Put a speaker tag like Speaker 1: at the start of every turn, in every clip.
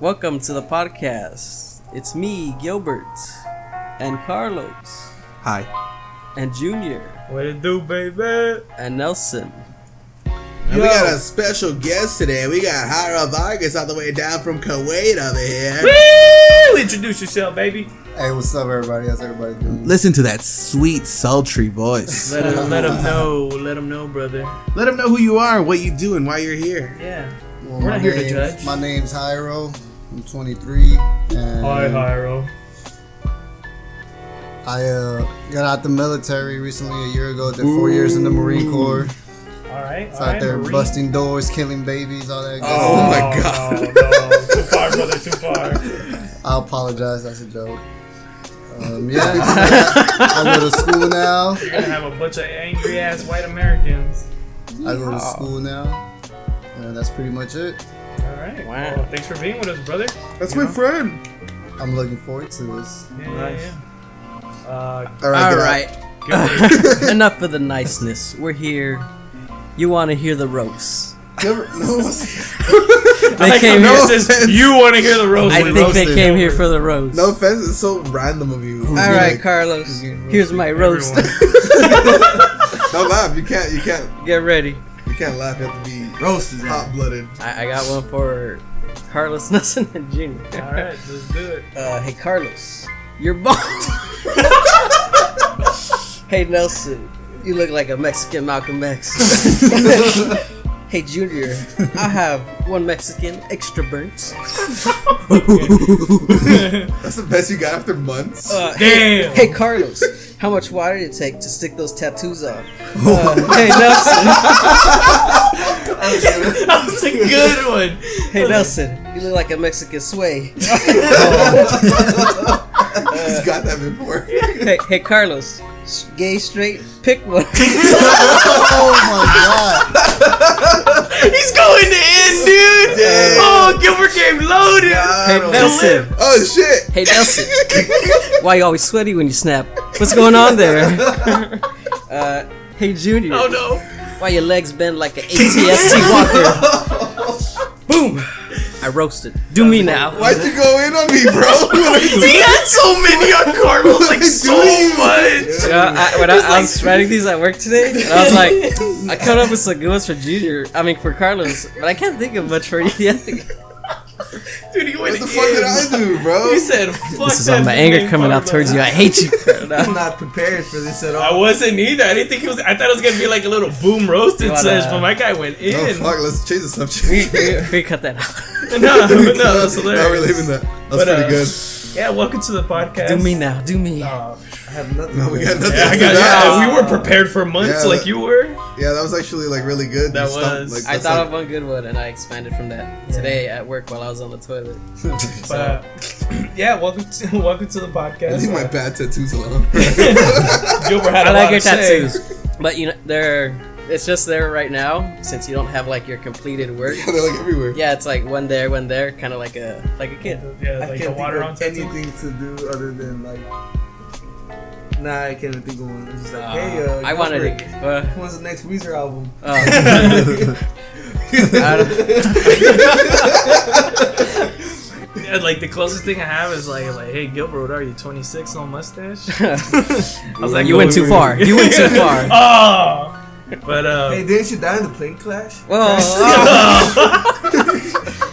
Speaker 1: Welcome to the podcast. It's me, Gilbert, and Carlos,
Speaker 2: Hi.
Speaker 1: and Junior,
Speaker 3: What it do, baby?
Speaker 1: and Nelson.
Speaker 2: And we got a special guest today. We got Hira Vargas all the way down from Kuwait over here.
Speaker 3: Woo! Introduce yourself, baby.
Speaker 4: Hey, what's up, everybody? How's everybody doing?
Speaker 2: Listen to that sweet, sultry voice.
Speaker 3: Let him, let him know. Let him know, brother.
Speaker 2: Let them know who you are, what you do, and why you're here.
Speaker 3: Yeah.
Speaker 4: Well,
Speaker 3: We're
Speaker 4: my
Speaker 3: not here to
Speaker 4: name's-
Speaker 3: judge.
Speaker 4: My name's Hyro. I'm 23, and
Speaker 3: Hi, Hyro.
Speaker 4: I uh, got out the military recently a year ago. Did four years in the Marine Corps.
Speaker 3: All right.
Speaker 4: It's
Speaker 3: all right,
Speaker 4: out there
Speaker 3: Marine.
Speaker 4: busting doors, killing babies, all that. Good
Speaker 2: Oh
Speaker 4: stuff.
Speaker 2: my
Speaker 3: no,
Speaker 2: God.
Speaker 3: no, no. Too far, brother. Too far.
Speaker 4: I apologize. That's a joke. Um, yeah, I go to school now.
Speaker 3: You're gonna have a bunch of angry ass white Americans.
Speaker 4: I go
Speaker 3: Ah.
Speaker 4: to school now. And that's pretty much it.
Speaker 3: All right.
Speaker 1: Wow.
Speaker 3: Well, thanks for being with us, brother.
Speaker 2: That's my friend.
Speaker 4: I'm looking forward to this.
Speaker 3: Yeah,
Speaker 1: Nice.
Speaker 3: yeah, yeah. Uh,
Speaker 4: All right,
Speaker 1: All
Speaker 4: get out.
Speaker 1: right,
Speaker 3: Gilbert,
Speaker 1: enough of the niceness. We're here. You want to hear the roast?
Speaker 2: Never, no, what's-
Speaker 1: They
Speaker 3: I
Speaker 1: came
Speaker 3: came
Speaker 1: here.
Speaker 2: no-
Speaker 3: says, you want to hear the roast?
Speaker 1: I
Speaker 3: we
Speaker 1: think they
Speaker 3: roasted.
Speaker 1: came here for the roast.
Speaker 2: no offense, it's so random of you.
Speaker 1: All right, Carlos. Here's my roast.
Speaker 3: Everyone.
Speaker 2: Don't laugh. You can't. You can't.
Speaker 1: Get ready.
Speaker 2: You can't laugh. You have to be roasted, hot blooded.
Speaker 1: I, I got one for Carlos Nelson and Junior.
Speaker 3: All right, let's do it.
Speaker 1: Uh, hey Carlos, you're bald. hey Nelson, you look like a Mexican Malcolm X. hey Junior, I have one Mexican extra burnt.
Speaker 2: That's the best you got after months.
Speaker 1: Uh,
Speaker 3: Damn.
Speaker 1: Hey Carlos, how much water did it take to stick those tattoos on? Uh, hey Nelson,
Speaker 3: That was a good one.
Speaker 1: hey Nelson, you look like a Mexican sway.
Speaker 2: He's got that before.
Speaker 1: hey, hey Carlos, sh- gay straight, pick one.
Speaker 4: Oh my god!
Speaker 3: He's going to end, dude.
Speaker 2: Damn.
Speaker 3: Oh, Gilbert game loaded.
Speaker 1: hey Nelson,
Speaker 2: Oh shit.
Speaker 1: hey Nelson. Why you always sweaty when you snap? What's going on there? uh, hey Junior.
Speaker 3: Oh no.
Speaker 1: Why your legs bend like an ATST walker? Boom! I roasted. Do me now.
Speaker 2: Why'd you go in on me, bro? What are you
Speaker 3: He had so many on Carmel, like so
Speaker 2: Dude.
Speaker 3: much.
Speaker 1: You know, Uh, I, when I, I was writing these at work today, and I was like, I cut up with some good ones for Junior. I mean for Carlos, but I can't think of much for the other. guy.
Speaker 3: Dude, he went
Speaker 2: What the fuck did I do, bro?
Speaker 3: He said, "Fuck."
Speaker 1: This is all
Speaker 3: that
Speaker 1: my anger
Speaker 3: game,
Speaker 1: coming out
Speaker 3: Carmel."
Speaker 1: towards you. I hate you.
Speaker 2: I'm not prepared for this at
Speaker 3: I wasn't either. I didn't think it was. I thought it was gonna be like a little boom roasted
Speaker 1: What,
Speaker 3: sesh,
Speaker 1: uh,
Speaker 3: but my guy went in.
Speaker 2: Oh fuck, let's change the subject.
Speaker 1: we cut that out.
Speaker 3: No, no, that's
Speaker 2: no, we're
Speaker 3: hilarious.
Speaker 2: leaving that. That's
Speaker 3: But,
Speaker 2: pretty
Speaker 3: uh,
Speaker 2: good.
Speaker 3: Yeah, welcome to the podcast.
Speaker 1: Do me now. Do me.
Speaker 3: Oh,
Speaker 2: No, we got nothing after
Speaker 3: yeah, I got,
Speaker 2: that.
Speaker 3: yeah, we were prepared for months,
Speaker 2: Yeah,
Speaker 3: like
Speaker 2: that-
Speaker 3: you were.
Speaker 2: Yeah, that was actually like really good.
Speaker 3: That
Speaker 2: You stumped,
Speaker 3: was-
Speaker 2: like,
Speaker 1: I
Speaker 2: that's
Speaker 1: thought
Speaker 2: like-
Speaker 1: of one good one and I expanded from that today at work while I was on the toilet.
Speaker 3: But uh, yeah, welcome to welcome to the
Speaker 2: I
Speaker 3: podcast. Uh,
Speaker 2: leave my bad tattoos alone.
Speaker 3: Gilbert had
Speaker 1: I
Speaker 3: a
Speaker 1: like
Speaker 3: lot
Speaker 1: your
Speaker 3: to say.
Speaker 1: tattoos, but you know they're it's just there right now since you don't have like your completed work.
Speaker 2: They're like everywhere.
Speaker 1: Yeah, it's like one there, one there, kind of like a like a kid.
Speaker 3: Yeah, like the water on tattoo.
Speaker 4: to do other than like. Nah, I can't think of one. It's just like,
Speaker 3: Uh,
Speaker 2: Uh,
Speaker 4: uh,
Speaker 1: I wanted it. Uh,
Speaker 4: When's the next Weezer album?
Speaker 1: uh, I don't-
Speaker 3: Yeah, like the closest thing I have is like, like, hey Gilbert, what are you, 26, no mustache? I was like,
Speaker 1: you went too far. You went too far.
Speaker 3: oh, but uh,
Speaker 4: didn't you die in the plane clash?
Speaker 1: Well,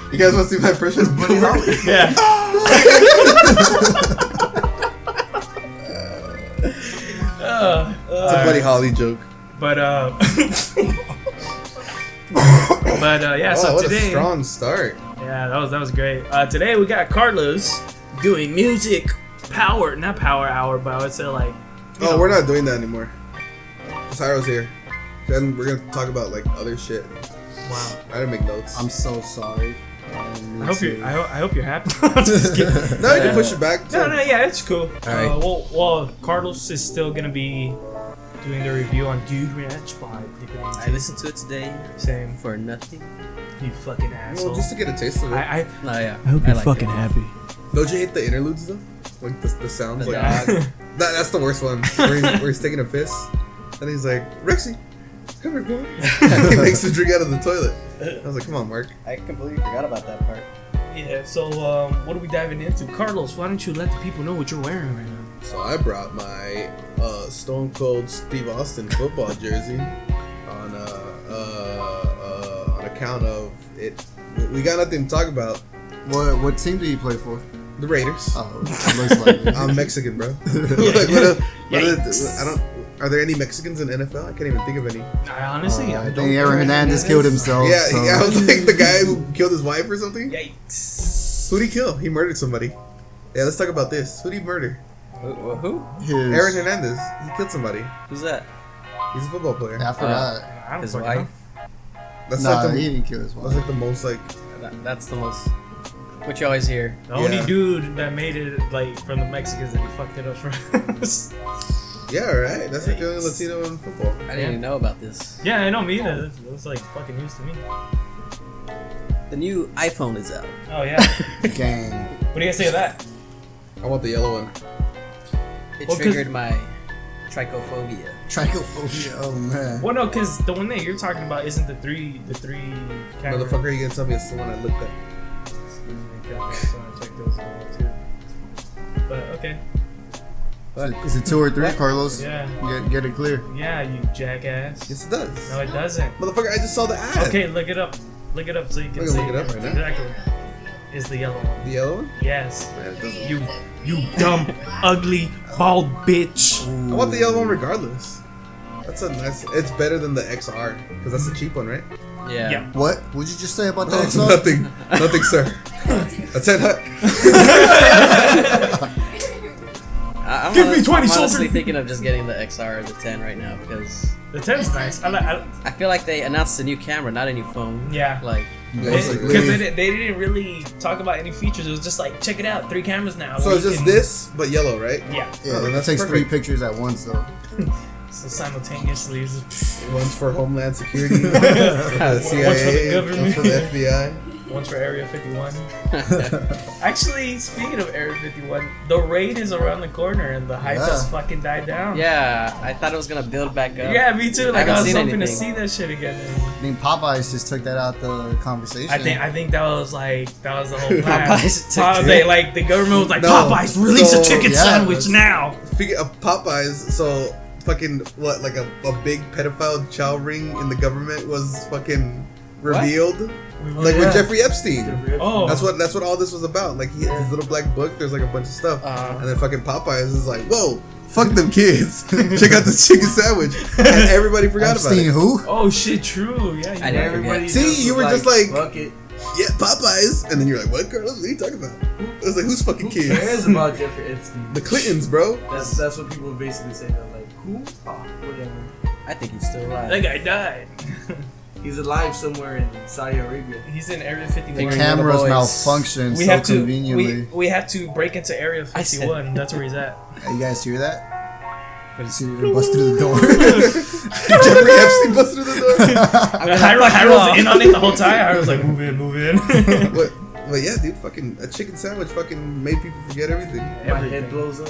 Speaker 2: You guys want to see my precious buddy? Holly?
Speaker 3: yeah, Uh,
Speaker 2: It's a
Speaker 3: uh,
Speaker 2: Buddy Holly joke.
Speaker 3: but uh, but uh, yeah.
Speaker 2: Oh,
Speaker 3: so
Speaker 2: what
Speaker 3: today,
Speaker 2: a strong start.
Speaker 3: yeah, that was that was great. Uh, today we got Carlos doing music power, not power hour, but I would say like,
Speaker 2: Oh, we're not doing that anymore. Cyrus here. Then we're gonna talk about like other shit.
Speaker 3: wow.
Speaker 2: I didn't make notes.
Speaker 4: I'm so sorry. I didn't mean
Speaker 3: I hope
Speaker 4: to.
Speaker 3: you, I, ho- I hope you're happy. I'm just kidding.
Speaker 2: no, you can push it back.
Speaker 3: No,
Speaker 2: to-
Speaker 3: no, yeah, it's cool.
Speaker 1: Alright.
Speaker 3: Uh, well, well, Carlos is still gonna be doing the review on Dude Ranch by
Speaker 1: I listened to it today
Speaker 3: Same,
Speaker 1: for nothing.
Speaker 3: you fucking
Speaker 2: Well,
Speaker 3: asshole.
Speaker 2: just to get a taste of it.
Speaker 3: I, I,
Speaker 1: No, yeah.
Speaker 3: I hope you're
Speaker 1: liked
Speaker 3: fucking
Speaker 1: it.
Speaker 3: happy.
Speaker 2: Don't you hate the interludes though? Like the, the sounds.
Speaker 1: The
Speaker 2: like
Speaker 1: dog.
Speaker 2: that, that's the worst one. Where he's, where he's taking a piss, and he's like Rexy,
Speaker 5: Covered blood.
Speaker 2: he makes him drink out of the toilet. I was like, come on, Mark.
Speaker 5: I completely forgot about that part.
Speaker 3: Yeah, so um, what are we diving into? Carlos, why don't you let the people know what you're wearing right now?
Speaker 2: So I brought my uh, Stone Cold Steve Austin football jersey on uh, uh, uh, on account of it. We got nothing to talk about.
Speaker 4: What what team do you play for?
Speaker 2: The Raiders.
Speaker 4: Oh, it looks like it.
Speaker 2: I'm Mexican, bro. like, what a- what a-
Speaker 3: Yikes.
Speaker 2: I don't. Are there any Mexicans in NFL? I can't even think of any.
Speaker 3: I
Speaker 4: Uh,
Speaker 3: honestly, I
Speaker 4: I
Speaker 3: don't.
Speaker 4: think Aaron Hernandez killed himself.
Speaker 2: yeah,
Speaker 4: so-
Speaker 2: yeah, I was like the guy who killed his wife or something.
Speaker 3: Yikes.
Speaker 2: Who'd he kill? He murdered somebody. Yeah, let's talk about this. Who'd he murder?
Speaker 1: Who? who?
Speaker 4: His,
Speaker 2: Aaron Hernandez. He killed somebody.
Speaker 1: Who's that?
Speaker 2: He's a football player.
Speaker 4: I forgot.
Speaker 3: I don't
Speaker 1: His
Speaker 3: fucking
Speaker 1: wife.
Speaker 2: That's
Speaker 4: nah,
Speaker 2: like the
Speaker 4: he didn't kill his
Speaker 2: that's
Speaker 4: wife.
Speaker 2: like the most like
Speaker 1: That, that's the most. What you always hear.
Speaker 3: know. The only
Speaker 2: Yeah.
Speaker 3: dude that made it like from the Mexicans that he fucked it up for us.
Speaker 2: yeah right. That's like the only Latino in football.
Speaker 1: I didn't even know about this.
Speaker 3: yeah, I know me either. That's, that's like fucking news to me.
Speaker 1: The new iPhone is out.
Speaker 3: Oh yeah.
Speaker 4: Gang.
Speaker 3: what do you guys say of that?
Speaker 2: I want the yellow one.
Speaker 1: It
Speaker 3: Well, 'cause-
Speaker 1: triggered my trichophobia.
Speaker 4: Trichophobia. Oh man.
Speaker 3: Well, no, because the one that you're talking about isn't the three, the three. Camera.
Speaker 2: Motherfucker, you gonna tell me it's the one I looked at?
Speaker 3: Excuse me, guys, so I checked those out too. But okay,
Speaker 4: Is it- Is it two or three, Carlos?
Speaker 3: yeah,
Speaker 4: Get, get it clear.
Speaker 3: yeah, you jackass.
Speaker 2: Yes, it does.
Speaker 3: No, it doesn't.
Speaker 2: Motherfucker, I just saw the ad.
Speaker 3: Okay, look it up. Look it up so you can
Speaker 2: We're
Speaker 3: see.
Speaker 2: gonna look it up right now.
Speaker 3: Exactly. Is the yellow one?
Speaker 2: The yellow one.
Speaker 3: Yes.
Speaker 2: Yeah, it doesn't.
Speaker 3: You, you dumb, ugly, bald bitch.
Speaker 2: I want the yellow one regardless. That's a nice. It's better than the XR because that's the cheap one, right?
Speaker 1: Yeah.
Speaker 3: Yeah.
Speaker 4: What? Would you just say about
Speaker 2: No,
Speaker 4: that? song?
Speaker 2: nothing, nothing, sir. That's it. huh?
Speaker 1: I, I'm
Speaker 3: Give me
Speaker 1: honest-
Speaker 3: 20
Speaker 1: I'm honestly
Speaker 3: soldier.
Speaker 1: thinking of just getting the XR or the 10 right now because
Speaker 3: The ten's nice. I like. I,
Speaker 1: I feel like they announced a new camera, not a new phone.
Speaker 3: Yeah.
Speaker 1: Like,
Speaker 2: It's
Speaker 3: because
Speaker 2: like
Speaker 3: they,
Speaker 2: literally-
Speaker 3: didn't- they didn't really talk about any features. It was just like, check it out, three cameras now.
Speaker 2: so
Speaker 3: where
Speaker 2: it's
Speaker 3: you
Speaker 2: just
Speaker 3: can-
Speaker 2: this, but yellow, right?
Speaker 3: Yeah.
Speaker 4: Yeah,
Speaker 2: Oh, then
Speaker 4: that
Speaker 2: that's
Speaker 4: takes three
Speaker 2: perfect.
Speaker 4: pictures at once though.
Speaker 3: So simultaneously, it's just-
Speaker 2: One's for Homeland Security, one's for the CIA,
Speaker 3: government.
Speaker 2: one's for the FBI.
Speaker 3: One's for Area 51. Actually, speaking of Area 51, the raid is around the corner and the hype
Speaker 4: Yeah.
Speaker 3: has fucking died down.
Speaker 1: yeah, I thought it was gonna build back up.
Speaker 3: Yeah, me too. Like
Speaker 1: haven't
Speaker 3: I, was
Speaker 1: seen
Speaker 3: hoping to
Speaker 1: anything.
Speaker 3: see that shit again.
Speaker 4: I think Popeyes just took that out the conversation.
Speaker 3: I think I think that was like that was the whole plan.
Speaker 1: Popeyes took
Speaker 3: Pop-
Speaker 1: it.
Speaker 3: they, like the government was like
Speaker 2: No.
Speaker 3: Popeyes release
Speaker 2: So,
Speaker 3: a chicken
Speaker 4: yeah,
Speaker 3: sandwich
Speaker 4: that's-
Speaker 3: now.
Speaker 2: Speaking of Popeyes, so fucking what, like a, a big pedophile chow ring in the government was fucking revealed,
Speaker 3: We were-
Speaker 2: like
Speaker 3: yeah.
Speaker 2: with Jeffrey Epstein.
Speaker 3: Oh,
Speaker 2: That's what that's what all this was about. Like he, his little black book, there's like a bunch of stuff,
Speaker 1: Uh-huh.
Speaker 2: and then fucking Popeyes is like, whoa, fuck them kids, check out this chicken sandwich, and everybody forgot about
Speaker 4: Epstein
Speaker 2: it.
Speaker 4: who?
Speaker 3: Oh shit! True. Yeah. you're
Speaker 1: I
Speaker 3: right.
Speaker 1: never
Speaker 5: Everybody.
Speaker 1: forget.
Speaker 2: See,
Speaker 5: just
Speaker 2: you
Speaker 5: was
Speaker 2: were just like-
Speaker 5: fuck it.
Speaker 2: Yeah, Popeyes, and then you're like, what, Carlos? What are you talking about? It was like, who's fucking
Speaker 5: Who
Speaker 2: kids?
Speaker 5: cares about Jeffrey Epstein?
Speaker 2: The Clintons, bro.
Speaker 5: That's that's what people basically say. They're like, who? Oh, whatever.
Speaker 1: I think he's still alive.
Speaker 3: That guy died.
Speaker 5: He's alive somewhere in Saudi Arabia.
Speaker 3: He's in Area 51.
Speaker 1: Think
Speaker 3: We
Speaker 1: Cam-
Speaker 4: Cameras
Speaker 1: Boys.
Speaker 4: malfunction so
Speaker 3: have to.
Speaker 4: conveniently.
Speaker 3: We, we have to break into Area
Speaker 1: I said-
Speaker 3: 51. That's where he's at.
Speaker 4: Hey, you guys hear that? I just hear it bust through the door.
Speaker 2: Jeffrey Epstein busted through the
Speaker 3: Uh, Hyro, Hyro's in on it the whole time. Hyro's like, move in, move in.
Speaker 2: door. but, but yeah, dude, fucking a chicken sandwich fucking made people forget everything.
Speaker 5: My head blows up.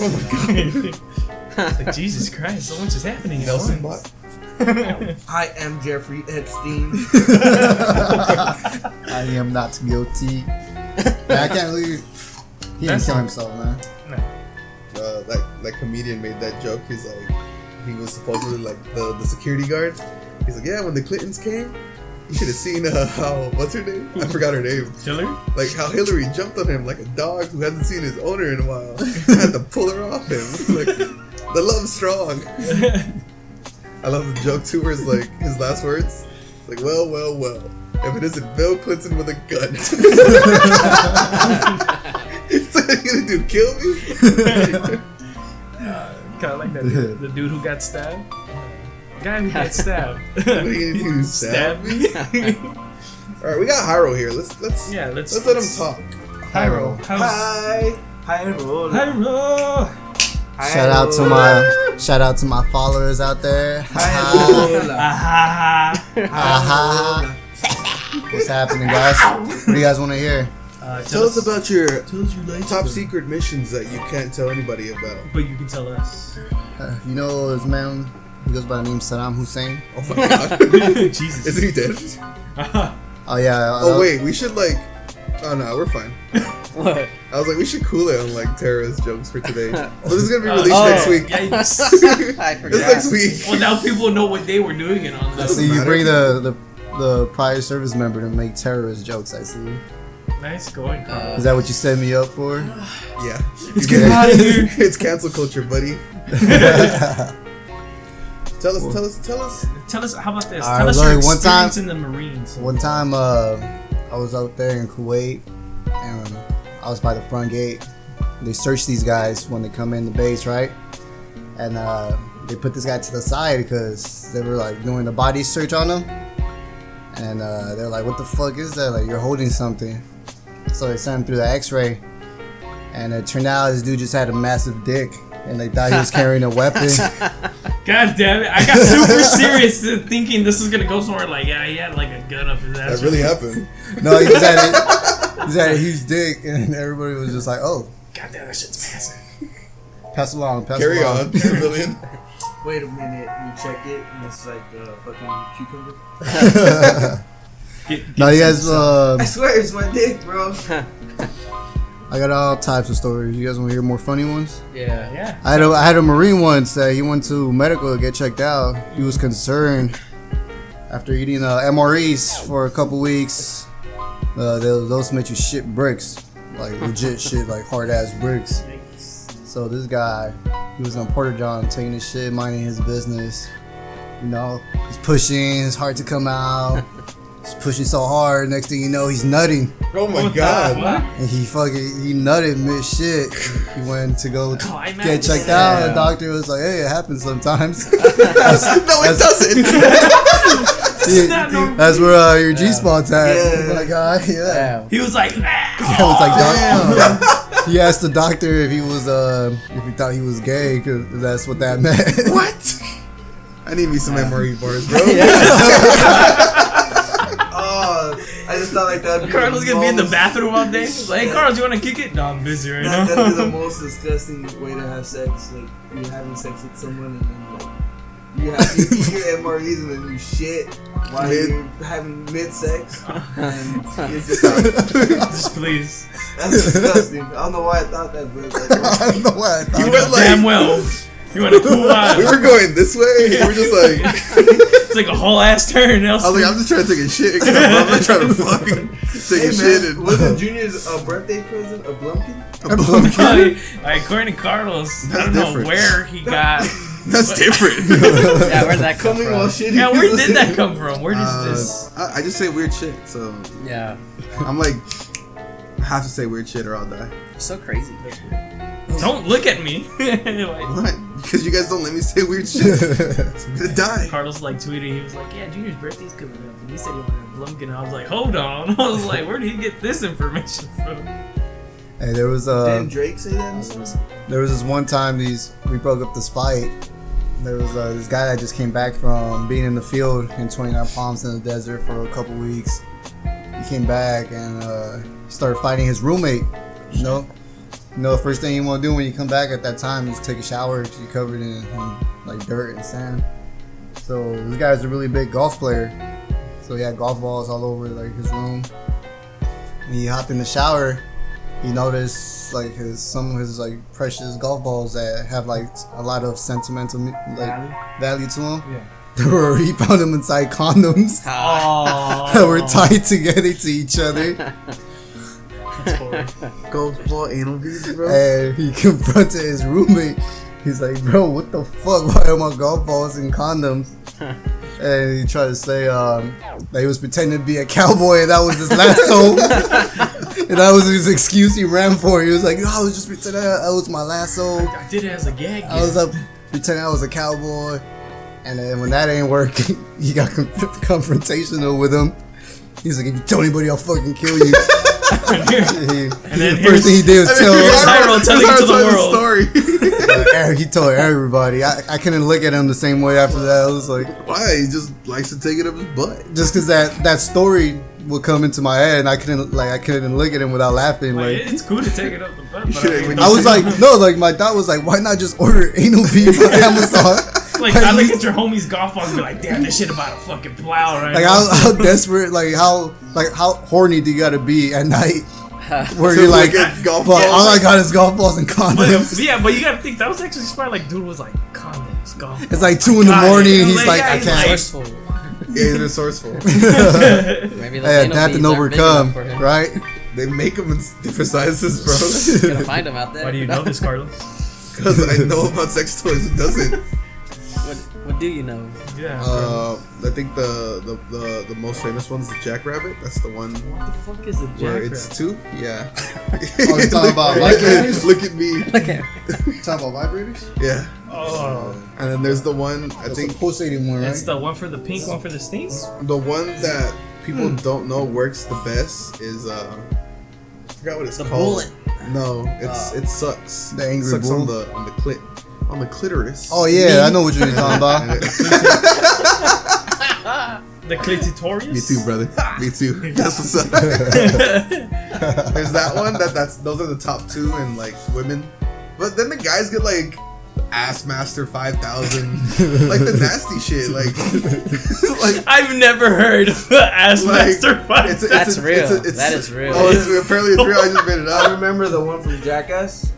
Speaker 2: Oh
Speaker 3: Like, Jesus Christ, so much is happening, Nelson.
Speaker 2: What?
Speaker 5: I am Jeffrey Epstein.
Speaker 4: I am not guilty. Man, I can't believe he didn't
Speaker 3: That's-
Speaker 4: kill himself, man.
Speaker 2: Uh, that that comedian made that joke. He's like, he was supposedly like the the security guard. He's like, yeah, when the Clintons came, you should have seen uh, how what's her name? I forgot her name.
Speaker 3: Hillary?
Speaker 2: Like how Hillary jumped on him like a dog who hasn't seen his owner in a while. had to pull her off him. Like the love's strong. I love the joke too, where it's like his last words, it's like, well, well, well. If it isn't Bill Clinton with a gun, it's like, you gonna do kill me?
Speaker 3: Kind of like that dude, the dude who got stabbed. Guy who got stabbed.
Speaker 2: What are you gonna do? Stab?
Speaker 3: Stabbed me?
Speaker 2: All right, we got Hyro here. Let's let's
Speaker 3: yeah, let's.
Speaker 2: let's let him talk.
Speaker 3: Hyro. How's-
Speaker 5: Hi. Hi, roll.
Speaker 3: Hyro!
Speaker 4: Shout out to my shout out to my followers out there. Ha
Speaker 5: Hi,
Speaker 3: Ah, Aha!
Speaker 4: ha. What's happening, guys? What do you guys want to hear?
Speaker 3: Uh,
Speaker 2: Tell us about your top
Speaker 5: Top secret.
Speaker 2: secret missions that you can't tell anybody about.
Speaker 3: But you can tell us.
Speaker 4: Uh, you know, it was man He goes by the name Saddam Hussein.
Speaker 2: Oh my god.
Speaker 3: Jesus. Uh-huh.
Speaker 2: Is he dead?
Speaker 4: Oh yeah.
Speaker 2: Oh
Speaker 4: uh,
Speaker 2: wait, we should like. Oh no, we're fine.
Speaker 1: What?
Speaker 2: I was like, we should cool it on like terrorist jokes for today. But this is gonna be
Speaker 3: Uh,
Speaker 2: released
Speaker 1: oh,
Speaker 2: next week.
Speaker 3: Yikes.
Speaker 1: I
Speaker 2: It's
Speaker 1: forgot.
Speaker 2: next week.
Speaker 3: well, now people know what they were doing it on.
Speaker 4: I
Speaker 3: Though.
Speaker 4: see you
Speaker 2: matter.
Speaker 4: bring the, the the prior service member to make terrorist jokes. I see.
Speaker 3: Nice going,
Speaker 1: Uh,
Speaker 3: Carl.
Speaker 4: Is that what you set me up for?
Speaker 2: Yeah.
Speaker 3: Let's
Speaker 4: get
Speaker 3: out of here.
Speaker 2: it's cancel culture, buddy. Tell us, tell us, tell us.
Speaker 3: Tell us how about this?
Speaker 4: All
Speaker 3: Tell
Speaker 4: right,
Speaker 3: us your
Speaker 4: look, one time-
Speaker 3: experience in the Marines.
Speaker 4: One time, uh, I was out there in Kuwait, and I was by the front gate. They search these guys when they come in the base, right? And uh, they put this guy to the side because they were like doing the body search on him. And uh, they're like, "What the fuck is that? Like, you're holding something." So they sent him through the X-ray, and it turned out this dude just had a massive dick, and they thought he was carrying a weapon.
Speaker 3: God damn it! I got super serious thinking this is gonna go somewhere. Like, yeah, he had like a gun up his ass.
Speaker 2: That really happened.
Speaker 4: no, he just had a, he just had a huge dick, and everybody was just like, "Oh,
Speaker 3: God damn, that shit's massive.
Speaker 4: pass along, pass
Speaker 2: Carry
Speaker 4: along."
Speaker 2: on, civilian.
Speaker 5: Wait a minute, you check it, and it's like the fucking cucumber.
Speaker 3: Get,
Speaker 4: No, you guys. Uh,
Speaker 5: I swear it's my dick, bro.
Speaker 4: I got all types of stories. You guys want to hear more funny ones?
Speaker 1: Yeah.
Speaker 3: yeah.
Speaker 4: I had a, I had a marine once that he went to medical to get checked out. He was concerned after eating uh, MREs for a couple weeks. Uh, those, those make you shit bricks, like legit shit, like hard ass bricks. So this guy, he was in Porter John taking his shit, minding his business. You know, he's pushing. It's hard to come out. he's pushing so hard. Next thing you know, he's nutting.
Speaker 2: Oh my
Speaker 3: What the-
Speaker 2: god.
Speaker 3: what?
Speaker 4: And he fucking he nutted mid shit. He went to go
Speaker 3: Climax.
Speaker 4: get checked out. The doctor was like, "Hey, it happens sometimes."
Speaker 2: no, it doesn't.
Speaker 4: See,
Speaker 3: not normal.
Speaker 4: that's where uh, your G spot's at.
Speaker 5: Yeah.
Speaker 4: Like, ah, yeah.
Speaker 1: Wow.
Speaker 3: He was like, "Ah!"
Speaker 4: I was
Speaker 2: Damn.
Speaker 4: like, "Doc-" He asked the doctor if he was uh, if he thought he was gay because that's what that meant.
Speaker 2: what? I need me some MRE bars, bro.
Speaker 5: Oh, I just thought like that. would be
Speaker 3: Carl was gonna be in the
Speaker 5: most-
Speaker 3: bathroom all day. He's Like, hey, Carl, do you wanna kick it? No, I'm busy right
Speaker 5: That, that'd be the
Speaker 3: now.
Speaker 5: most disgusting way to have sex. Like you're having sex with someone and then like you have you eat your MREs and then E you shit while
Speaker 2: Mid-
Speaker 5: you're having mid sex. And it's just like,
Speaker 2: you
Speaker 3: Just please.
Speaker 5: that's disgusting. I don't know why I thought that, but it's like,
Speaker 4: I don't know why I thought.
Speaker 2: went
Speaker 3: Damn
Speaker 2: like
Speaker 3: well. You wanna cool out?
Speaker 2: we were going this way. We were just like
Speaker 3: it's like a whole ass turn.
Speaker 2: I was like, I'm just trying to take a shit. I'm not trying to fucking take
Speaker 5: hey
Speaker 2: a shit.
Speaker 5: man,
Speaker 2: And,
Speaker 5: wasn't Junior's uh, birthday present a blumpkin?
Speaker 3: like, according to Carlos, I
Speaker 2: That's
Speaker 3: don't know
Speaker 2: different.
Speaker 3: where he got.
Speaker 2: That's different.
Speaker 1: Yeah, where'd that come
Speaker 5: Coming all
Speaker 1: from?
Speaker 5: shitty.
Speaker 3: Yeah, where did that come from? Where does
Speaker 2: Uh,
Speaker 3: this?
Speaker 2: I, I just say weird shit, so
Speaker 1: Yeah.
Speaker 2: I'm like, I have to say weird shit or I'll die.
Speaker 1: So crazy.
Speaker 3: Don't look at me. Like,
Speaker 2: What? Because you guys don't let me say weird shit. I'm gonna die.
Speaker 3: Carlos like tweeted. He was like, "Yeah, Junior's birthday's coming up," and he said he wanted a Blumpkin. I was like, "Hold on!" I was like, "Where did he get this information from?"
Speaker 4: hey, there was uh,
Speaker 5: Didn't Drake say that? in the song?
Speaker 4: there was this one time these we broke up this fight. There was uh, this guy that just came back from being in the field in 29 Palms in the desert for a couple weeks. He came back and uh, started fighting his roommate. You know, you know, the first thing you want to do when you come back at that time is take a shower because you're covered in, in like dirt and sand. So this guy's a really big golf player. So he had golf balls all over like his room. And he hopped in the shower he noticed like his some of his like precious golf balls that have like a lot of sentimental like value,
Speaker 5: Value?
Speaker 4: to him.
Speaker 5: Yeah.
Speaker 4: They were he found them inside condoms
Speaker 1: Ah.
Speaker 4: that
Speaker 3: Oh,
Speaker 4: were tied together to each other,
Speaker 2: Golf ball anal beads, bro.
Speaker 4: and he confronted his roommate. He's like, "Bro, what the fuck? Why are my golf balls in condoms?" And he tried to say um, that he was pretending to be a cowboy, and that was his lasso, and that was his excuse he ran for. He was like, "No, I was just pretending that was my lasso."
Speaker 3: I did it as a gag.
Speaker 4: I was up pretending I was a cowboy, and then when that ain't work, he got con- confrontational with him. He's like, if you tell anybody, I'll fucking kill you.
Speaker 3: and
Speaker 4: He-
Speaker 3: then
Speaker 4: the first thing he did was tell
Speaker 3: here's Tyrone telling it to the world.
Speaker 2: story.
Speaker 4: Eric. He told everybody. I, I couldn't look at him the same way after that. I was like,
Speaker 2: Why? He just likes to take it up his butt.
Speaker 4: just because that that story would come into my head, and I couldn't like I couldn't look at him without laughing.
Speaker 3: like,
Speaker 4: Like
Speaker 3: it's cool to take it up the butt, but
Speaker 2: Yeah,
Speaker 3: I,
Speaker 2: when
Speaker 3: mean,
Speaker 2: you
Speaker 4: I was like, no, like my thought was like, why not just order anal beads on Amazon?
Speaker 3: like I look at your homie's golf ball and be like, damn, this shit about a fucking plow right
Speaker 4: Like
Speaker 3: now.
Speaker 4: how, how desperate, like how like how horny do you gotta be at night where you're like,
Speaker 2: look at golf
Speaker 4: fuck, oh all I
Speaker 2: balls.
Speaker 4: got is golf balls and
Speaker 3: But,
Speaker 4: condoms.
Speaker 3: yeah, but you gotta think that was actually smart. Like, dude was like, condoms, golf.
Speaker 4: It's like two in the
Speaker 3: God,
Speaker 4: morning.
Speaker 3: yeah,
Speaker 4: and He's
Speaker 3: like,
Speaker 4: like,
Speaker 3: yeah,
Speaker 4: I
Speaker 3: he's
Speaker 4: can't.
Speaker 1: Resourceful.
Speaker 2: Yeah, he's resourceful.
Speaker 1: Maybe
Speaker 4: I
Speaker 1: like
Speaker 4: adapt and overcome, right?
Speaker 2: they make them in s- different sizes, bro.
Speaker 1: Gonna find him out there.
Speaker 3: Why do you know this, Carlos?
Speaker 2: Because I know about sex toys. It doesn't.
Speaker 1: What, what do you know?
Speaker 3: Yeah.
Speaker 2: Uh, I think the, the the the most famous one is the jackrabbit. That's the one
Speaker 1: What the fuck is a
Speaker 2: where
Speaker 1: jackrabbit?
Speaker 2: it's two. Yeah.
Speaker 4: Oh, you're talking about
Speaker 2: Look-
Speaker 4: vibrators?
Speaker 2: Look at me.
Speaker 1: Okay.
Speaker 4: Talking about vibrators.
Speaker 2: Yeah.
Speaker 3: oh,
Speaker 2: And then there's the one I
Speaker 4: That's
Speaker 2: think
Speaker 4: a pulsating one, right?
Speaker 3: it's the one for the pink, one for the stinks.
Speaker 2: the one that people
Speaker 4: Hmm.
Speaker 2: don't know works the best is uh I forgot what it's
Speaker 1: The
Speaker 2: called.
Speaker 1: bullet. Uh.
Speaker 2: No, it's it sucks.
Speaker 4: The angry
Speaker 2: sucks on
Speaker 4: bull?
Speaker 2: the on the clit on the clitoris.
Speaker 4: oh yeah, I know what you're talking about.
Speaker 3: The clitorius.
Speaker 2: Me too, brother. Me too. That's what's up. There's that one. That that's those are the top two in like women. But then the guys get like ass master five thousand, like the nasty shit. Like, like
Speaker 3: I've never heard of the ass
Speaker 2: Like,
Speaker 3: master fight.
Speaker 2: it's, a- it's,
Speaker 3: That-
Speaker 1: That's
Speaker 2: a-
Speaker 1: real.
Speaker 2: It's a- it's-
Speaker 1: That is real.
Speaker 2: Oh, it's, apparently it's real. I just made it
Speaker 5: I
Speaker 2: up.
Speaker 5: remember the one from Jackass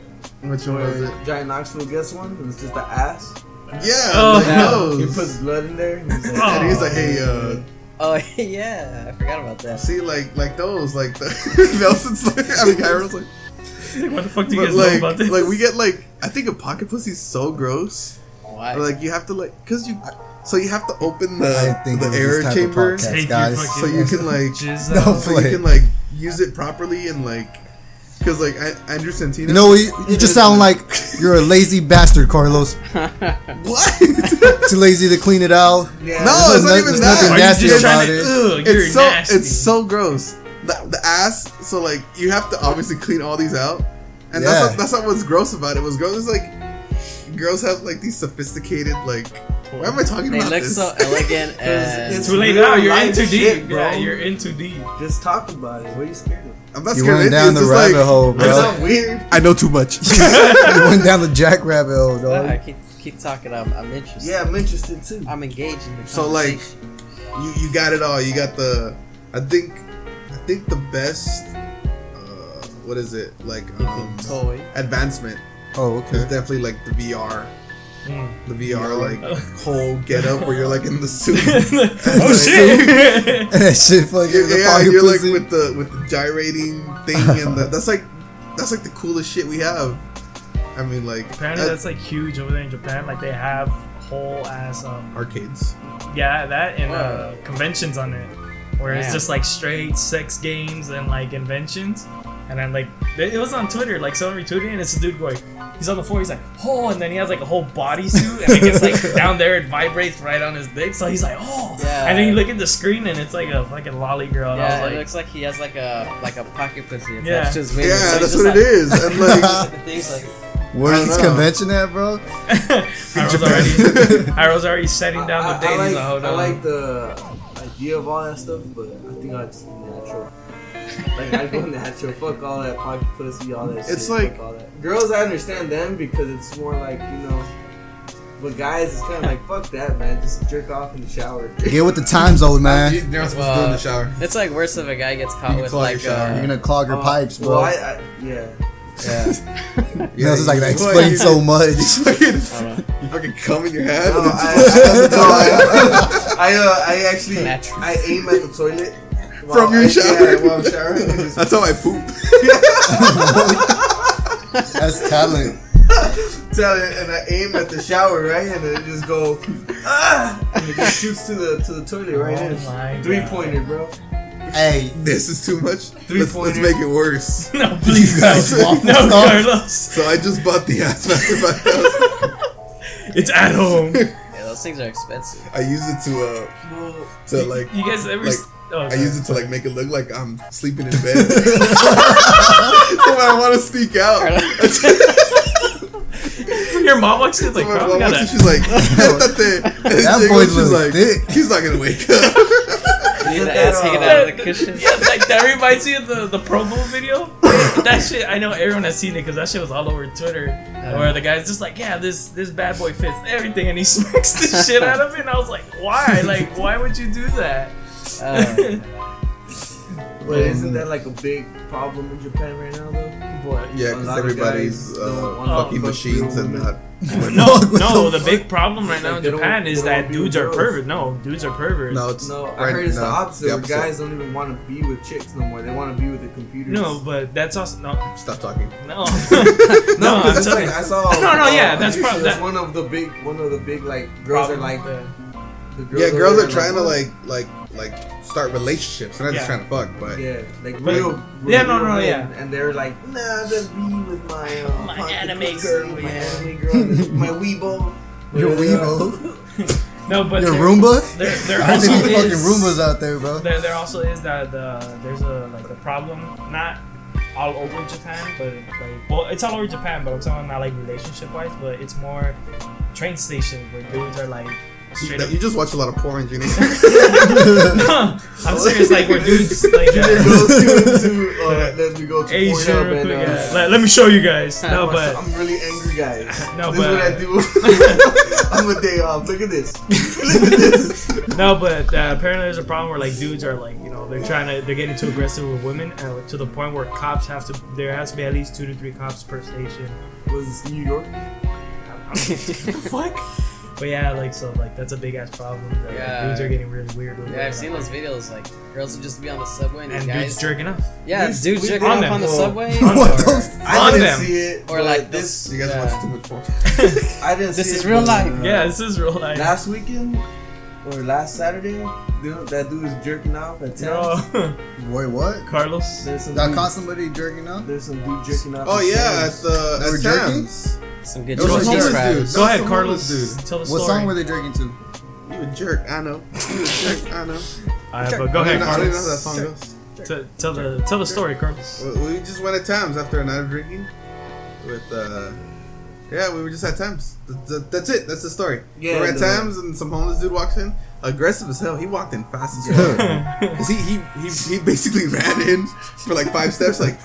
Speaker 2: Which one was
Speaker 5: where
Speaker 2: it?
Speaker 5: Giant Knoxville gets one. It was just an ass.
Speaker 2: Yeah.
Speaker 3: Oh,
Speaker 2: like,
Speaker 1: yeah.
Speaker 2: those.
Speaker 5: He puts blood in there. And he's
Speaker 3: Oh.
Speaker 5: like,
Speaker 2: And he's like, hey, uh,
Speaker 1: Oh yeah, I forgot about that.
Speaker 2: see, like, like those, like the Nelson's. Like, I mean, Kyron's like.
Speaker 3: what the fuck do you
Speaker 2: But
Speaker 3: guys
Speaker 2: like,
Speaker 3: know about this?
Speaker 2: like we get like I think a pocket pussy's so gross.
Speaker 1: Why?
Speaker 2: Like you have to like because you so you have to open
Speaker 4: I
Speaker 2: the
Speaker 4: think
Speaker 2: the
Speaker 4: it was
Speaker 2: air
Speaker 4: this type
Speaker 2: chamber
Speaker 4: of
Speaker 3: Take
Speaker 4: podcast,
Speaker 3: your
Speaker 4: guys.
Speaker 3: fucking-
Speaker 2: so you can like
Speaker 3: Jizz
Speaker 4: No.
Speaker 3: out.
Speaker 2: so you
Speaker 4: Play.
Speaker 2: can like use it properly and like because like I, Andrew Santino.
Speaker 4: You know, you, you just sound like you're a lazy bastard, Carlos.
Speaker 2: what?
Speaker 4: Too lazy to clean it out.
Speaker 5: yeah,
Speaker 2: No, it's
Speaker 4: There's no-
Speaker 2: not even
Speaker 4: there's
Speaker 2: that.
Speaker 4: nothing
Speaker 3: Are you
Speaker 4: nasty
Speaker 3: just
Speaker 4: about
Speaker 3: trying to-
Speaker 4: it.
Speaker 3: Ugh, Oh, you're
Speaker 2: it's so
Speaker 3: nasty.
Speaker 2: it's so gross. The, the ass. So like you have to obviously clean all these out, and that's
Speaker 4: Yeah.
Speaker 2: not, that's not what's gross about it. What's gross is like girls have like these sophisticated like. Why am I talking
Speaker 1: they
Speaker 2: about
Speaker 1: look
Speaker 2: this?
Speaker 1: so elegant and
Speaker 5: it's
Speaker 3: Too late
Speaker 5: real
Speaker 3: now. You're in
Speaker 5: life
Speaker 3: too
Speaker 5: shit,
Speaker 3: deep,
Speaker 5: bro.
Speaker 3: Yeah, you're in too deep.
Speaker 5: Just talk about it. What are you scared of?
Speaker 2: I'm not
Speaker 4: You
Speaker 2: scared.
Speaker 4: went
Speaker 2: It-
Speaker 4: down
Speaker 2: it's
Speaker 4: the
Speaker 2: just like-
Speaker 4: rabbit hole,
Speaker 2: I
Speaker 4: bro.
Speaker 2: know-
Speaker 5: It's not weird.
Speaker 2: I know too much.
Speaker 4: you went down the jackrabbit hole, dog.
Speaker 1: I keep keep talking. I'm, I'm interested.
Speaker 5: Yeah, I'm interested too.
Speaker 1: I'm engaged in the
Speaker 2: So, like-
Speaker 1: conversation.
Speaker 2: you you got it all. You got the. I think, I think the best. Uh, what is it like? Um,
Speaker 1: toy.
Speaker 2: advancement
Speaker 4: Oh,
Speaker 2: is
Speaker 4: okay.
Speaker 2: definitely like the VR.
Speaker 3: Mm.
Speaker 2: The VR
Speaker 3: Oh.
Speaker 2: like whole getup where you're like in the suit.
Speaker 3: oh shit!
Speaker 4: And that shit fucking
Speaker 2: yeah,
Speaker 4: the
Speaker 2: yeah,
Speaker 4: pocket
Speaker 2: you're like
Speaker 4: pussy.
Speaker 2: with the with the gyrating thing and the, that's like that's like the coolest shit we have. I mean, like
Speaker 3: Apparently
Speaker 2: uh,
Speaker 3: that's like huge over there in Japan. Like they have whole ass um,
Speaker 2: arcades.
Speaker 3: yeah that and uh,
Speaker 1: Wow.
Speaker 3: conventions on it, where it's
Speaker 1: Man.
Speaker 3: just like straight sex games and like inventions. And then like it it was on Twitter, like someone retweeted it, and it's a dude going, he's on the floor, he's like, oh, and then he has like a whole bodysuit, and it gets like down there, it vibrates right on his dick, so he's like, oh,
Speaker 1: Yeah.
Speaker 3: and then you look at the screen and it's like a fucking lolly girl, and
Speaker 1: Yeah,
Speaker 3: I was
Speaker 1: it
Speaker 3: like,
Speaker 1: looks like he has like a like a pocket pussy attached
Speaker 3: Yeah.
Speaker 1: to his wiener.
Speaker 2: Yeah,
Speaker 1: so
Speaker 2: that's
Speaker 1: he's
Speaker 2: what
Speaker 1: just
Speaker 2: it is. And like
Speaker 1: like, Things like
Speaker 2: I
Speaker 4: Where's
Speaker 2: don't
Speaker 4: this
Speaker 2: know.
Speaker 4: convention at, bro?
Speaker 3: Harold's already, Harold's already setting down the
Speaker 5: I, I,
Speaker 3: date.
Speaker 5: I,
Speaker 3: He's
Speaker 5: like,
Speaker 3: like, hold
Speaker 5: I
Speaker 3: on.
Speaker 5: like the idea of all that stuff, but I think I just be natural. Like I go natural. Fuck all that pocket pussy, all that.
Speaker 2: It's
Speaker 5: shit,
Speaker 2: like-
Speaker 5: fuck all that. girls. I understand them because it's more like you know. But guys, it's kind of like fuck that, man. Just jerk off in the shower.
Speaker 4: Get with the times, old man.
Speaker 2: you're not supposed to do it in
Speaker 1: Well,
Speaker 2: the shower.
Speaker 1: it's like worse if a guy gets
Speaker 2: You
Speaker 1: caught
Speaker 2: can
Speaker 1: with
Speaker 2: call your
Speaker 1: like
Speaker 2: shower.
Speaker 4: You're
Speaker 1: uh,
Speaker 4: gonna clog your
Speaker 5: Uh,
Speaker 4: pipes, bro.
Speaker 5: Well, I, I, yeah.
Speaker 4: yeah.
Speaker 2: Yeah,
Speaker 4: You know, it's like
Speaker 2: you-
Speaker 4: that explains so much.
Speaker 2: fucking, you fucking cum in your head.
Speaker 5: No,
Speaker 2: and
Speaker 5: I-
Speaker 2: it's-
Speaker 5: I uh, I actually
Speaker 1: Natural.
Speaker 5: I aim at the toilet
Speaker 2: From your
Speaker 5: I,
Speaker 2: shower?
Speaker 5: Yeah, while I'm showering. I just-
Speaker 2: That's how I poop.
Speaker 4: That's talent.
Speaker 5: tell it and I aim at the shower, right? And then it just go ah and it just shoots to the to the toilet right
Speaker 3: Oh my
Speaker 5: in. Three
Speaker 3: God.
Speaker 5: pointer, bro.
Speaker 4: Hey,
Speaker 2: This is too much.
Speaker 5: Three
Speaker 2: let's, let's
Speaker 5: pointer.
Speaker 2: make it worse.
Speaker 3: No, please
Speaker 2: guys
Speaker 3: no.
Speaker 2: want
Speaker 3: No,
Speaker 4: this?
Speaker 3: Carlos.
Speaker 2: So I just bought the ass master by thousand.
Speaker 3: It's at home.
Speaker 1: yeah, those things are expensive.
Speaker 2: I use it to uh
Speaker 5: Well,
Speaker 2: to like
Speaker 3: You guys ever?
Speaker 2: Like,
Speaker 3: s- oh,
Speaker 2: I
Speaker 3: sorry.
Speaker 2: use it to like make it look like I'm sleeping in bed. so when I want to sneak out,
Speaker 3: Your mom walks in like,
Speaker 2: my
Speaker 3: bro,
Speaker 2: mom
Speaker 3: we
Speaker 2: walks and
Speaker 3: gotta.
Speaker 2: she's like, "That thing." And
Speaker 4: That
Speaker 2: she
Speaker 4: boy's
Speaker 2: goes, she's
Speaker 4: little
Speaker 2: like,
Speaker 4: dick.
Speaker 2: she's not gonna wake up.
Speaker 1: His
Speaker 5: that
Speaker 1: ass
Speaker 5: off.
Speaker 1: hanging out of the cushion.
Speaker 3: Yeah, like that reminds me of the, the promo video. that shit, I know everyone has seen it because that shit was all over Twitter.
Speaker 5: Uh-huh.
Speaker 3: where the guy's just like, yeah, this this bad boy fits everything, and he smacks the shit out of it. And I was like, why? Like, why would you do that?
Speaker 1: Uh,
Speaker 5: But
Speaker 3: Mm.
Speaker 5: isn't that like a big problem in Japan right now, though?
Speaker 3: Boy.
Speaker 2: Yeah,
Speaker 5: A
Speaker 2: because
Speaker 5: lot of
Speaker 2: everybody's
Speaker 5: guys don't
Speaker 2: uh,
Speaker 5: wanna
Speaker 2: fucking
Speaker 5: fuck
Speaker 2: machines
Speaker 5: real
Speaker 2: and
Speaker 5: women.
Speaker 2: not.
Speaker 3: No,
Speaker 4: What
Speaker 3: no,
Speaker 4: the
Speaker 3: the big problem right now
Speaker 5: Like,
Speaker 3: in
Speaker 5: they don't-
Speaker 3: Japan is
Speaker 5: they don't
Speaker 3: that
Speaker 5: be
Speaker 3: dudes are
Speaker 5: girls.
Speaker 3: perverts. No, dudes are perverts.
Speaker 2: No, it's
Speaker 5: No, I
Speaker 2: right,
Speaker 5: heard it's the
Speaker 2: no,
Speaker 5: opposite. where Guys don't even want to be with chicks no more. They want to be with the computers.
Speaker 3: No, but that's also no,
Speaker 2: Stop talking.
Speaker 3: no, no.
Speaker 5: no,
Speaker 3: I'm
Speaker 5: because it's
Speaker 3: telling you.
Speaker 5: like I saw.
Speaker 3: No, no, yeah,
Speaker 5: uh,
Speaker 3: that's
Speaker 5: YouTube,
Speaker 3: prob-
Speaker 5: that's
Speaker 3: that-
Speaker 5: one of the big, one of the big like girls are like
Speaker 3: Yeah.
Speaker 5: the girls.
Speaker 2: Yeah, girls are
Speaker 5: there
Speaker 2: trying to like, like, like start relationships. They're not just trying
Speaker 3: Yeah.
Speaker 2: to fuck, but
Speaker 5: Yeah, like
Speaker 3: But-
Speaker 5: real.
Speaker 3: Yeah,
Speaker 5: real
Speaker 3: no, no,
Speaker 5: men,
Speaker 3: yeah.
Speaker 5: And they're like, nah, just be with my uh,
Speaker 3: My
Speaker 5: pocket
Speaker 3: anime
Speaker 5: girl,
Speaker 3: girl,
Speaker 5: my
Speaker 3: yeah.
Speaker 5: anime girl, my weebo.
Speaker 4: Your
Speaker 5: whatever."
Speaker 4: Weebo?
Speaker 3: no, but
Speaker 4: Your
Speaker 3: there-
Speaker 4: Roomba?
Speaker 3: There, there
Speaker 4: I
Speaker 3: also is,
Speaker 4: think there's fucking Roombas out there, bro.
Speaker 3: There, there also is that the there's a like a problem not all over Japan, but like well, it's all over Japan, but I'm talking about like relationship wise, but it's more train stations where dudes are like straight up.
Speaker 2: you just watch a lot of porn, you know.
Speaker 3: No, I'm serious, like where dudes like uh,
Speaker 5: Goes to, to, uh, let me go to
Speaker 3: Asia.
Speaker 5: Pornhub
Speaker 3: Real
Speaker 5: and
Speaker 3: quick,
Speaker 5: uh,
Speaker 3: yeah. let, let me show you guys. No,
Speaker 5: watch some-
Speaker 3: but
Speaker 5: I'm really angry, guys.
Speaker 3: No,
Speaker 5: this
Speaker 3: but-
Speaker 5: is what I do. I'm a day off. Look at this. Look at this.
Speaker 3: no, but uh, apparently there's a problem where like dudes are like you know they're trying to they're getting too aggressive with women uh, to the point where cops have to there has to be at least two to three cops per station.
Speaker 5: Was this New York?
Speaker 3: fuck? But yeah, like so, like that's a big ass problem. That, like,
Speaker 1: Yeah.
Speaker 3: dudes are getting really weird. With
Speaker 1: yeah,
Speaker 3: it.
Speaker 1: I've seen those videos. Like girls would just be on the subway and,
Speaker 3: And
Speaker 1: these
Speaker 3: dudes
Speaker 1: guys.
Speaker 3: jerking off.
Speaker 1: yeah,
Speaker 5: we-
Speaker 1: dudes
Speaker 5: we
Speaker 1: jerking
Speaker 5: did
Speaker 1: off
Speaker 3: them.
Speaker 1: on the
Speaker 5: Whoa.
Speaker 1: subway.
Speaker 4: What the
Speaker 1: or-
Speaker 4: f-
Speaker 5: I
Speaker 3: On
Speaker 5: didn't
Speaker 3: them.
Speaker 5: see it.
Speaker 1: Or
Speaker 5: but
Speaker 1: like
Speaker 5: this.
Speaker 1: this.
Speaker 2: You guys
Speaker 1: yeah.
Speaker 2: watch too much porn.
Speaker 5: I didn't.
Speaker 1: This
Speaker 5: see
Speaker 1: is
Speaker 5: it,
Speaker 1: real
Speaker 5: but,
Speaker 1: life.
Speaker 5: uh,
Speaker 3: Yeah, this is real life.
Speaker 5: Last weekend or last Saturday, dude, that dude was jerking off at ten.
Speaker 3: no,
Speaker 4: Wait, what?
Speaker 3: Carlos.
Speaker 5: There's some
Speaker 4: I
Speaker 5: dude,
Speaker 4: caught somebody jerking up?
Speaker 5: there's some dude jerking off.
Speaker 2: Oh
Speaker 5: at
Speaker 2: yeah,
Speaker 5: 10.
Speaker 2: at the
Speaker 4: They were
Speaker 2: at
Speaker 4: jerking?
Speaker 2: Sam's.
Speaker 1: Some good
Speaker 2: It was
Speaker 4: Those
Speaker 2: a
Speaker 1: George
Speaker 4: are
Speaker 2: homeless
Speaker 4: jerks.
Speaker 2: dude. That
Speaker 3: Go
Speaker 4: Go
Speaker 2: was
Speaker 3: ahead,
Speaker 2: some
Speaker 3: Carlos.
Speaker 2: homeless Dude,
Speaker 3: Tell the
Speaker 4: What
Speaker 3: story.
Speaker 4: song were they drinking to?
Speaker 2: you a jerk. I know. You a jerk. I know.
Speaker 3: Alright,
Speaker 2: I
Speaker 3: but go
Speaker 2: didn't
Speaker 3: ahead,
Speaker 2: know- I didn't know how that
Speaker 3: Carlos.
Speaker 2: song goes.
Speaker 3: T- Tell the tell the story, Carlos.
Speaker 2: We- We just went at Tams after a night of drinking. With uh, yeah, we were just at Tams. Th- th- That's it. That's the story.
Speaker 5: Yeah,
Speaker 2: we were at
Speaker 5: the-
Speaker 2: Tams and some homeless dude walks in, aggressive as hell. He walked in fast as hell. Cause he, he he he basically ran in for like five steps, like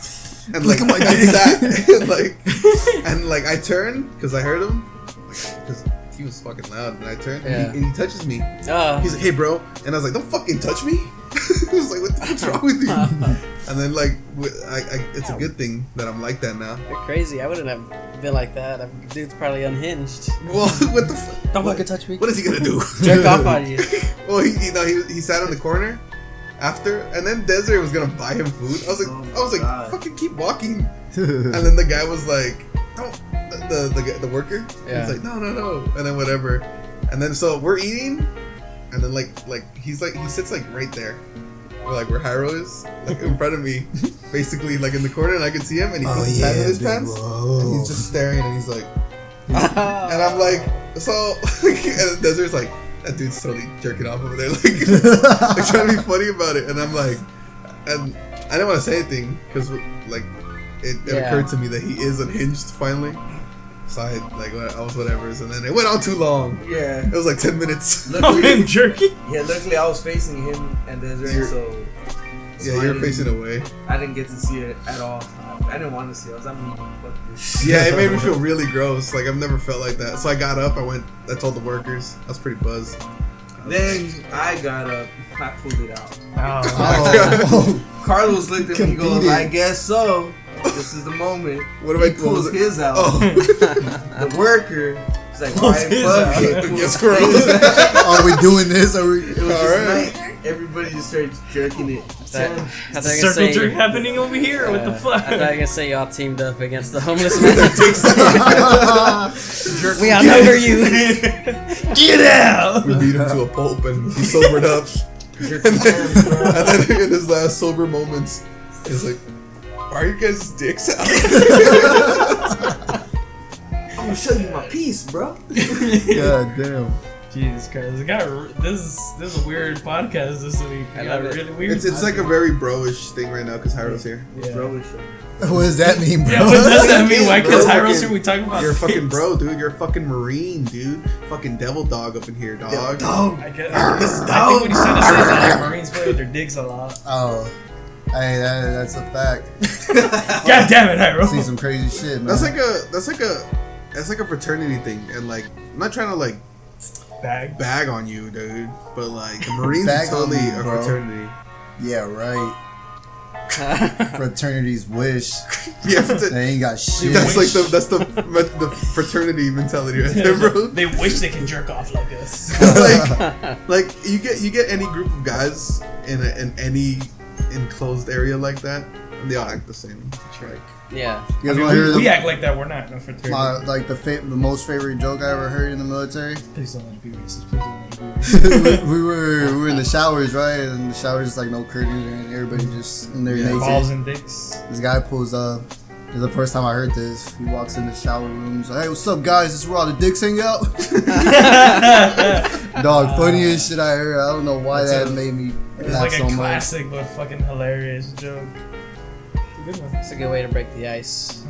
Speaker 2: and like
Speaker 4: Look at my
Speaker 2: that's
Speaker 4: dick.
Speaker 2: that. and, like and like I turned because I heard him because he was fucking loud, and I turned and, he, and
Speaker 1: Yeah.
Speaker 2: he touches me.
Speaker 1: Uh,
Speaker 2: He's like, "Hey, bro," and I was like, "Don't fucking touch me." I was like, "What the fuck's wrong with you?" and then like, w I I it's a good thing that I'm like that now.
Speaker 1: you're crazy. I wouldn't have been like that. That Dude's probably unhinged.
Speaker 2: Well, what the fuck?
Speaker 1: Don't
Speaker 2: what,
Speaker 1: fucking touch me.
Speaker 2: What is he gonna do?
Speaker 1: Jerk off on you.
Speaker 2: well, he, you know, he, he sat in the corner after, and then Desiree was gonna buy him food. I was like,
Speaker 5: Oh
Speaker 2: I was like,
Speaker 5: my God.
Speaker 2: fucking keep walking. And
Speaker 4: Oh,
Speaker 2: then the guy was like, "Don't." The the, the, guy- the worker.
Speaker 1: Yeah.
Speaker 2: He's like, "No, no, no," and then whatever, and then so we're eating, and then like like he's like he sits like right there, where, like where Hyro is, like in front of me, basically like in the corner, and I can see him, and he puts his hand in his
Speaker 4: big
Speaker 2: pants, and
Speaker 4: Oh, bro.
Speaker 2: he's just staring, and he's like, and I'm like, so, and Desert's like, that dude's totally jerking off over there, like like trying to be funny about it, and I'm like, and I didn't want to say anything because like it, it
Speaker 1: Yeah.
Speaker 2: occurred to me that he is unhinged finally. So I like what- I was whatever, and then it went on too long.
Speaker 5: Yeah.
Speaker 2: It was like ten minutes.
Speaker 3: Oh,
Speaker 5: Luckily,
Speaker 3: him jerking.
Speaker 5: yeah. Luckily, I was facing him and Desiree,
Speaker 2: You're-
Speaker 5: so
Speaker 2: yeah, you're facing away.
Speaker 5: I didn't get to see it at all. I didn't want to see. it. I was like, I'm gonna fuck this.
Speaker 2: Yeah, it made me feel really gross. Like I've never felt like that. So I got up. I went. I told the workers. I was pretty buzzed.
Speaker 5: Then I got up. I pulled it out.
Speaker 3: Oh,
Speaker 4: Oh.
Speaker 5: Carlos looked at me, goes,
Speaker 4: Competed.
Speaker 5: "I guess so. This is the moment."
Speaker 2: What am
Speaker 5: He
Speaker 2: I doing?
Speaker 5: pulls his out.
Speaker 2: Oh,
Speaker 5: The worker is like,
Speaker 3: Pulls
Speaker 5: "All right,
Speaker 3: his
Speaker 5: fuck
Speaker 3: out.
Speaker 5: it."
Speaker 2: yes,
Speaker 5: Pulls his out.
Speaker 2: gross.
Speaker 4: Are we doing this? Are we?
Speaker 5: It was
Speaker 2: All
Speaker 5: just
Speaker 2: right.
Speaker 5: like everybody just started jerking it.
Speaker 1: That-
Speaker 5: Ten-
Speaker 1: I thought you were gonna
Speaker 3: circle
Speaker 1: say-
Speaker 3: jerk happening over here. What the
Speaker 1: Uh,
Speaker 3: fuck?
Speaker 1: I thought you were gonna say y'all teamed up against the homeless man. we outnumber you.
Speaker 3: Get out.
Speaker 2: we beat him to a pulp, and he sobered up.
Speaker 5: jerking
Speaker 2: And
Speaker 5: hands,
Speaker 2: then,
Speaker 5: bro.
Speaker 2: and then in his last sober moments, he's like, "Why are you guys dicks out?"
Speaker 5: I'm gonna show you my piece, bro.
Speaker 4: God damn.
Speaker 3: Jesus Christ, it got r- this is this is a weird podcast this week.
Speaker 1: I
Speaker 3: It got
Speaker 1: love it.
Speaker 3: really weird.
Speaker 2: it's it's like a very bro-ish thing right now because Hyro's here.
Speaker 3: yeah.
Speaker 5: Bro, it's-
Speaker 4: What does that mean, bro?
Speaker 3: Yeah, what does that
Speaker 2: Fucking
Speaker 3: mean? Why
Speaker 2: bro,
Speaker 3: can't Hyros
Speaker 2: fucking-
Speaker 3: here? We talking about
Speaker 2: You're a fucking
Speaker 3: dicks?
Speaker 2: bro, dude. You're a fucking marine, dude. Fucking devil dog up in here, dog.
Speaker 5: Dog.
Speaker 3: I guess. I think what he's trying to say is that like, Marines put play with their dicks a lot.
Speaker 4: Oh, hey, that, that's a fact.
Speaker 3: God damn it,
Speaker 4: See
Speaker 3: Hyro.
Speaker 4: some crazy shit, man.
Speaker 2: That's like a that's like a that's like a fraternity thing, and like I'm not trying to like
Speaker 3: Bag.
Speaker 2: bag on you, dude, but like the Marines are
Speaker 4: Bag on
Speaker 2: totally
Speaker 4: me,
Speaker 2: a
Speaker 4: bro.
Speaker 2: fraternity.
Speaker 4: yeah, right. Fraternities wish
Speaker 2: Yeah, frater-
Speaker 4: they ain't got shit.
Speaker 2: that's like the that's the the fraternity mentality right there, bro.
Speaker 3: They wish they can jerk off like us.
Speaker 2: like, like you get you get any group of guys in a, in any enclosed area like that, and they all act the same. It's like,
Speaker 1: yeah.
Speaker 4: you
Speaker 3: I
Speaker 4: guys
Speaker 3: mean,
Speaker 4: want to hear
Speaker 3: we, we
Speaker 4: the,
Speaker 3: act like that. We're not no fraternity.
Speaker 4: my, like the fa- the most favorite joke I ever heard in the military?
Speaker 3: Please don't let it be racist. Please don't let it be racist.
Speaker 4: we, we were we were in the showers, right? And the showers is like no curtains, and everybody just in there
Speaker 2: Yeah.
Speaker 4: naked.
Speaker 3: Balls and dicks.
Speaker 4: This guy pulls up. It's the first time I heard this. He walks in the shower room. He's like, "Hey, what's up, guys? This is where all the dicks hang out." Dog, funniest shit I heard. I don't know why
Speaker 3: That's
Speaker 4: that
Speaker 3: a-
Speaker 4: made me
Speaker 3: It's
Speaker 4: laugh
Speaker 3: like
Speaker 4: so
Speaker 3: a
Speaker 4: much.
Speaker 3: classic but fucking hilarious joke. Good one.
Speaker 1: It's a good way to break the ice.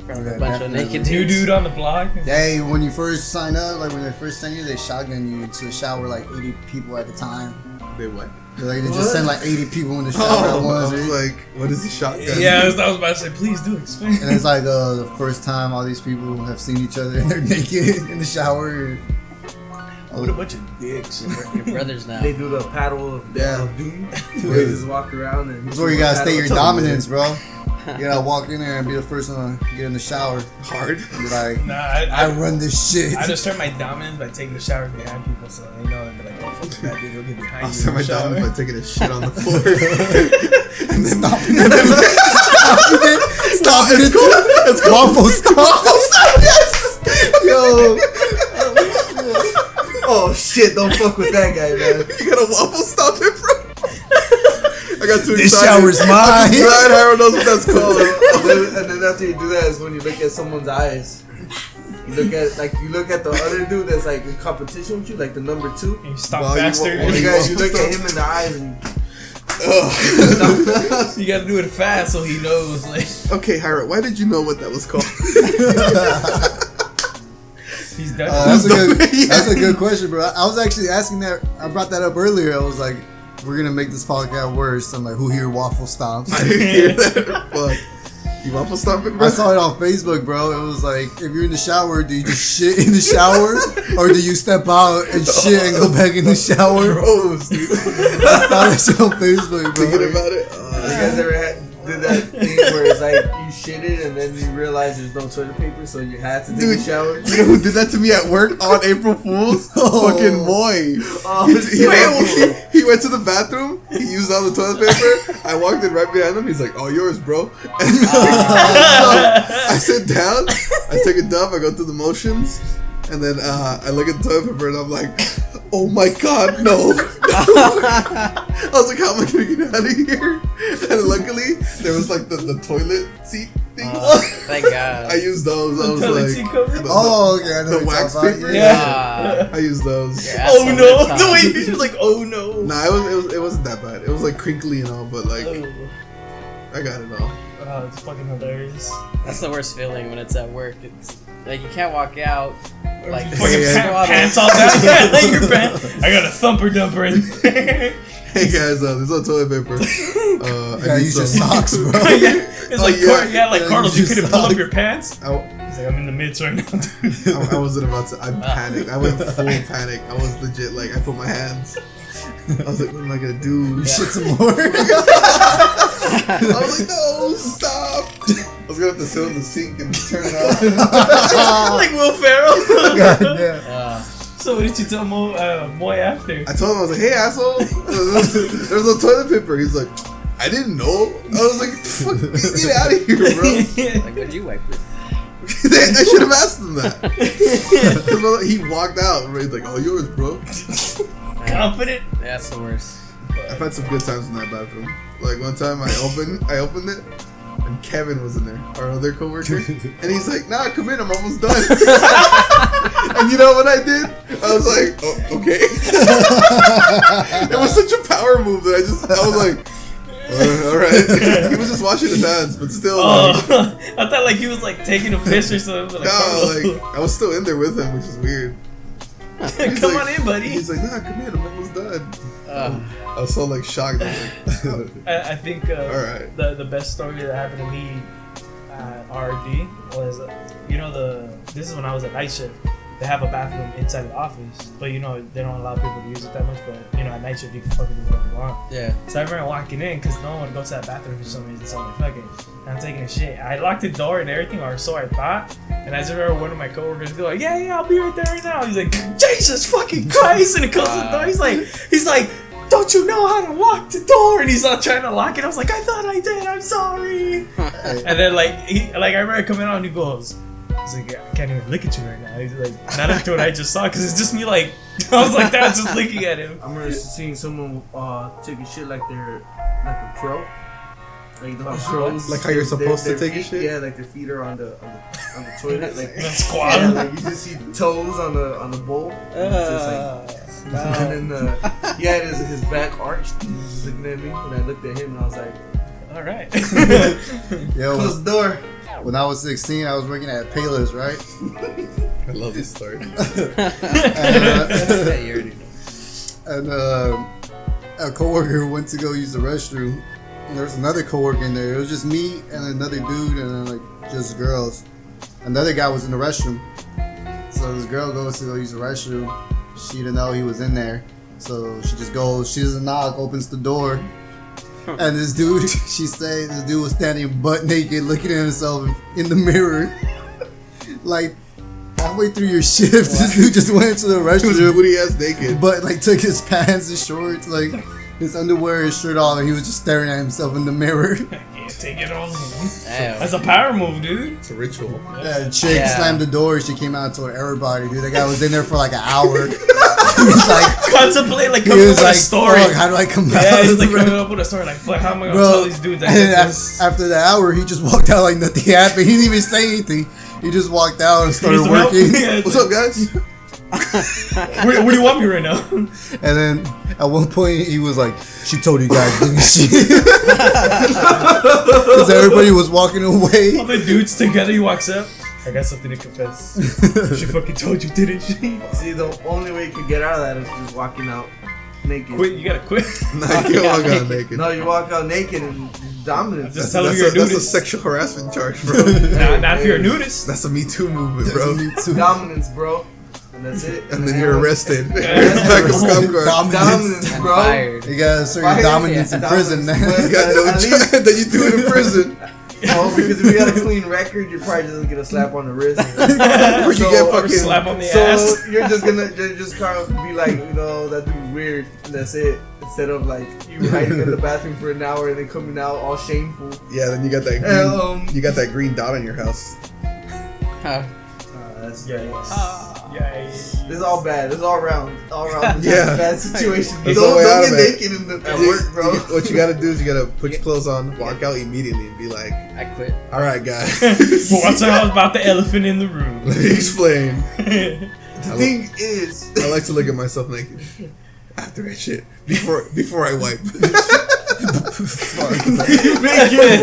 Speaker 1: In front of
Speaker 4: Yeah,
Speaker 1: a bunch of
Speaker 4: definitely.
Speaker 1: naked
Speaker 3: New
Speaker 1: dudes.
Speaker 3: dude on the block.
Speaker 4: Hey, when you first sign up, like when they first send you, they shotgun you to a shower like 80 people at a time.
Speaker 2: they what?
Speaker 4: They're like, they
Speaker 5: What?
Speaker 4: just send like 80 people in the shower
Speaker 2: Oh,
Speaker 4: at once.
Speaker 2: I was
Speaker 4: right?
Speaker 2: like, what is he shotgun?
Speaker 3: Yeah, I was, I was about to say, please do explain.
Speaker 4: and it's like uh, the first time all these people have seen each other and they're naked in the shower.
Speaker 3: What a bunch of dicks.
Speaker 1: Your brothers now.
Speaker 5: They do the paddle of,
Speaker 2: Yeah.
Speaker 5: of doom.
Speaker 2: Yeah.
Speaker 5: They just walk around and.
Speaker 4: That's where you gotta state your
Speaker 5: Paddle-
Speaker 4: dominance, bro. You gotta walk in there and be the first one to get in the shower.
Speaker 2: hard.
Speaker 4: Be like,
Speaker 3: Nah, I,
Speaker 4: I
Speaker 3: I,
Speaker 4: run this shit.
Speaker 3: I just turned my dominance by taking the shower behind people, so they know and be like, oh, fuck that dude, he'll get behind
Speaker 2: I'll
Speaker 3: you.
Speaker 2: set
Speaker 3: in the
Speaker 2: my dog
Speaker 3: shower."
Speaker 2: by taking a shit on the floor. and then
Speaker 4: Stop it. Stop it. Stop it. It's Waffle stop. Yes. Yo.
Speaker 5: Oh shit! Don't fuck with that guy, man.
Speaker 2: you got a waffle stop it, bro. I got too excited.
Speaker 4: This shower's mine.
Speaker 2: Ryan Harold knows what that's called.
Speaker 5: and, then, and then after you do that is when you look at someone's eyes. You look at like you look at the other dude that's like in competition with you, like the number two.
Speaker 3: And you stop
Speaker 2: Well, you
Speaker 3: faster.
Speaker 2: wa-
Speaker 5: And
Speaker 2: well,
Speaker 5: you
Speaker 3: you,
Speaker 5: guys, you look at him in the eyes and
Speaker 4: Oh,
Speaker 2: Ugh.
Speaker 3: gotta do it fast so he knows. Like
Speaker 2: okay, Harold, why did you know what that was called?
Speaker 3: he's done.
Speaker 4: Uh, that's a good.
Speaker 2: Yeah.
Speaker 4: That's a good question, bro. I was actually asking that. I brought that up earlier. I was like, we're gonna make this podcast worse. I'm like, who here waffle stomps?
Speaker 2: I didn't hear that. Fuck. You waffle stop it, bro?
Speaker 4: I saw it on Facebook, bro. It was like, if you're in the shower, do you just shit in the shower, or do you step out and shit and go back in the shower?
Speaker 2: Gross, dude.
Speaker 4: I saw that shit on Facebook,
Speaker 2: Thinking
Speaker 4: bro.
Speaker 2: about it.
Speaker 5: you
Speaker 2: Uh,
Speaker 5: guys ever had, did that thing where it's like you shit it and then you realize there's no toilet paper, so you had to take
Speaker 2: Dude.
Speaker 5: a shower.
Speaker 2: you know who did that to me at work on April Fool's?
Speaker 4: Oh.
Speaker 2: Fucking boy.
Speaker 5: Oh,
Speaker 2: He, he,
Speaker 5: shit.
Speaker 2: went, he, he went to the bathroom. He used all the toilet paper. I walked in right behind him. He's like, "All yours, bro." And I sit down. I take a dump. I go through the motions, and then uh, I look at the toilet paper and I'm like, "Oh my god, no!" I was like, "How am I gonna get out of here?" And luckily, there was like the, the toilet seat thing.
Speaker 1: Uh, thank God.
Speaker 2: I used those. I was
Speaker 3: Toilet
Speaker 2: like,
Speaker 3: seat cover?
Speaker 2: the-
Speaker 4: Oh, okay, I know
Speaker 2: The
Speaker 4: what you're
Speaker 2: wax
Speaker 4: talking about.
Speaker 2: paper?
Speaker 4: Yeah.
Speaker 1: Ah,
Speaker 2: I used those.
Speaker 1: yeah, that's
Speaker 3: oh
Speaker 1: a good
Speaker 3: no!
Speaker 1: time.
Speaker 3: No wait, he's like, oh no.
Speaker 2: Nah, it was it was it wasn't that bad. It was like crinkly and all, but like
Speaker 3: Oh,
Speaker 2: I got it all.
Speaker 3: wow, Oh, it's fucking hilarious.
Speaker 1: That's the worst feeling when it's at work. It's like you can't walk out. Like
Speaker 3: fucking
Speaker 2: yeah.
Speaker 3: pa- pants all down. yeah, like your pants. I got a thumper dumper. In.
Speaker 2: Hey guys, uh, there's no toilet paper. Uh, I
Speaker 4: Yeah,
Speaker 2: need
Speaker 4: use your
Speaker 2: some.
Speaker 4: socks, bro.
Speaker 3: yeah, it's
Speaker 2: Oh,
Speaker 3: like
Speaker 2: yeah.
Speaker 3: yeah, yeah like
Speaker 4: Yeah,
Speaker 3: Carlos,
Speaker 4: you
Speaker 3: you couldn't pull
Speaker 4: suck.
Speaker 3: up your pants.
Speaker 2: I, I,
Speaker 3: He's like, I'm in the midst right now. dude."
Speaker 2: I wasn't about to. I panicked. I went full panic. I was legit like I put my hands. I was like, what am I gonna do?
Speaker 4: You shit some more.
Speaker 2: I was like, no, Oh, stop. I was gonna have to sit on the sink and turn it off.
Speaker 3: like Will Ferrell.
Speaker 4: God, yeah.
Speaker 1: Uh,
Speaker 3: So what did you tell Mo uh, Moy after?
Speaker 2: I told him I was like, hey asshole, there's no toilet paper. He's like, I didn't know. I was like, fuck, get out of here, bro.
Speaker 1: like, would you wipe with?
Speaker 2: they, I should have asked him that. 'Cause he walked out. Right? He's like, "All yours, bro."
Speaker 1: Uh,
Speaker 3: Confident.
Speaker 1: that's the worst.
Speaker 2: I've had some good times in that bathroom. Like one time, I opened, I opened it, and Kevin was in there, our other coworker, and he's like, "Nah, come in. I'm almost done." and you know what I did? I was like, oh, "Okay." it was such a power move that I just, I was like. "Uh, all right, he was just washing his hands, but still, like,
Speaker 3: Oh, I thought like he was like taking a piss or something. Like, oh.
Speaker 2: no,
Speaker 3: Carlos,
Speaker 2: like I was still in there with him, which is weird. He's
Speaker 3: come
Speaker 2: like-
Speaker 3: on in, buddy.
Speaker 2: He's like, nah, come in, I'm almost done.
Speaker 1: Uh, Uh,
Speaker 2: I was so like shocked. I was like,
Speaker 3: I, I think uh,
Speaker 2: Alright.
Speaker 3: the the best story that happened to me at RD was, uh, you know, the this is when I was at night shift. They have a bathroom inside the office, but you know they don't allow people to use it that much. But you know at night shift you can fucking do whatever you want.
Speaker 1: yeah.
Speaker 3: So I remember walking in because no one would go to that bathroom for some reason. So I'm like, fuck it. And I'm taking a shit. I locked the door and everything, or so I thought. And I just remember one of my coworkers going, Yeah, yeah, I'll be right there right now. He's like, Jesus fucking Christ. And he comes to the door. He's like, He's like, Don't you know how to lock the door? And he's not trying to lock it. I was like, I thought I did. I'm sorry. And then like he like I remember coming out and he goes, he's like, I can't even look at you right now. He's like, not after what I just saw, because it's just me like I was like that just looking at him.
Speaker 5: I remember seeing someone uh, take a shit like they're like a crow. Like the crows.
Speaker 2: Like how you're
Speaker 5: their-
Speaker 2: supposed to
Speaker 5: their
Speaker 2: take a
Speaker 5: feet,
Speaker 2: shit?
Speaker 5: Yeah, like their feet are on the on the, on the toilet. Like,
Speaker 3: Squad.
Speaker 5: yeah, like you just see toes on the on the bowl. and it's just like-
Speaker 1: Uh,
Speaker 5: And then uh, he had his, his back arched. He was just looking at me, and I looked at him, and I was like,
Speaker 3: All right.
Speaker 4: Yo,
Speaker 5: "Close the door."
Speaker 4: when I was 16, I was working at Payless, right?
Speaker 2: I love this story.
Speaker 1: Uh, yeah,
Speaker 4: And, uh,
Speaker 1: you already know.
Speaker 4: and uh, a coworker went to go use the restroom. And there was another coworker in there. It was just me and another dude, and then like just girls. Another guy was in the restroom. So this girl goes to go use the restroom. She didn't know he was in there, so she just goes. She doesn't knock, opens the door, and this dude, she say this dude was standing butt naked, looking at himself in the mirror, like halfway through your shift. This dude just went into the
Speaker 2: He was
Speaker 4: restroom
Speaker 2: booty ass naked.
Speaker 4: but like took his pants, his shorts, like his underwear, his shirt off, and he was just staring at himself in the mirror.
Speaker 3: Yeah, take it all.
Speaker 1: Damn.
Speaker 3: That's a power move, dude.
Speaker 2: It's a ritual.
Speaker 4: That chick
Speaker 1: Yeah.
Speaker 4: slammed the door. She came out and told everybody, dude. That guy was in there for like an hour. he was like,
Speaker 3: Contemplate like
Speaker 4: he
Speaker 3: coming up
Speaker 4: was
Speaker 3: with a
Speaker 4: like,
Speaker 3: story.
Speaker 4: fuck, how do I come
Speaker 3: yeah,
Speaker 4: out?
Speaker 3: he's
Speaker 4: of
Speaker 3: like
Speaker 4: the
Speaker 3: coming
Speaker 4: room?"
Speaker 3: up with a story. Like, fuck, how am I gonna tell
Speaker 4: Bro,
Speaker 3: these dudes? I
Speaker 4: and
Speaker 3: did
Speaker 4: af-
Speaker 3: this?
Speaker 4: after the hour, he just walked out like nothing happened. He didn't even say anything. He just walked out and
Speaker 3: Need
Speaker 4: started
Speaker 3: some help?
Speaker 4: working.
Speaker 3: Yeah, it's
Speaker 2: What's up, guys?
Speaker 3: like, Where, where do you want me right now?
Speaker 4: And then at one point he was like, "She told you guys, didn't she?" Because everybody was walking away.
Speaker 3: All the dudes together. He walks up. I got something to confess. She fucking told you, didn't she?
Speaker 5: See, the only way you could get out of that is just walking out naked.
Speaker 3: Quit. You gotta quit.
Speaker 2: Nah, you all got naked.
Speaker 5: No, you walk out naked and dominant.
Speaker 2: that's,
Speaker 3: Just tell him
Speaker 2: that's
Speaker 3: you're a
Speaker 2: a, that's a
Speaker 3: nudist.
Speaker 2: sexual harassment charge, bro.
Speaker 3: Nah, not if you're a
Speaker 5: hey.
Speaker 3: nudist.
Speaker 2: that's a Me Too movement, bro.
Speaker 4: Me too.
Speaker 5: dominance, bro. And that's it.
Speaker 2: And then you're arrested.
Speaker 3: Yeah.
Speaker 2: Back to Scum Guard.
Speaker 4: Dominance.
Speaker 5: Dominance,
Speaker 1: And
Speaker 5: bro.
Speaker 1: fired.
Speaker 4: You gotta assert
Speaker 5: Fire,
Speaker 4: your dominance
Speaker 1: yeah,
Speaker 4: in prison,
Speaker 5: dominance,
Speaker 4: man.
Speaker 2: You got no
Speaker 5: At
Speaker 2: job
Speaker 5: least-
Speaker 2: that you do it in prison.
Speaker 5: Oh, because if you got a clean record, you're probably just gonna get a slap on the wrist.
Speaker 2: Where you
Speaker 5: So-
Speaker 2: get
Speaker 3: Or slap
Speaker 2: fucking.
Speaker 3: on the ass.
Speaker 5: so you're just gonna you're just kind of be like, you know, that dude weird. And that's it. Instead of like you hiding in the bathroom for an hour and then coming out all shameful.
Speaker 2: Yeah, then you got that
Speaker 5: And,
Speaker 2: green,
Speaker 5: um,
Speaker 2: you got that green dot on your house.
Speaker 1: Huh.
Speaker 5: uh, that's
Speaker 3: Yikes.
Speaker 1: Ah.
Speaker 3: Yikes.
Speaker 5: This is all bad. This is all round. All round. This is
Speaker 2: Yeah.
Speaker 5: a bad situation.
Speaker 2: There's no
Speaker 5: don't
Speaker 2: way
Speaker 5: don't
Speaker 2: out
Speaker 5: get
Speaker 2: of it.
Speaker 5: naked in the, at
Speaker 2: You-
Speaker 5: work, bro.
Speaker 2: you- what you gotta do is you gotta put your clothes on, walk out immediately, and be like,
Speaker 1: I quit.
Speaker 2: "All right, guys,
Speaker 3: But once I was about the elephant in the room.
Speaker 2: let me explain."
Speaker 5: The thing is,
Speaker 2: I like to look at myself naked after I shit before before I wipe.
Speaker 5: make it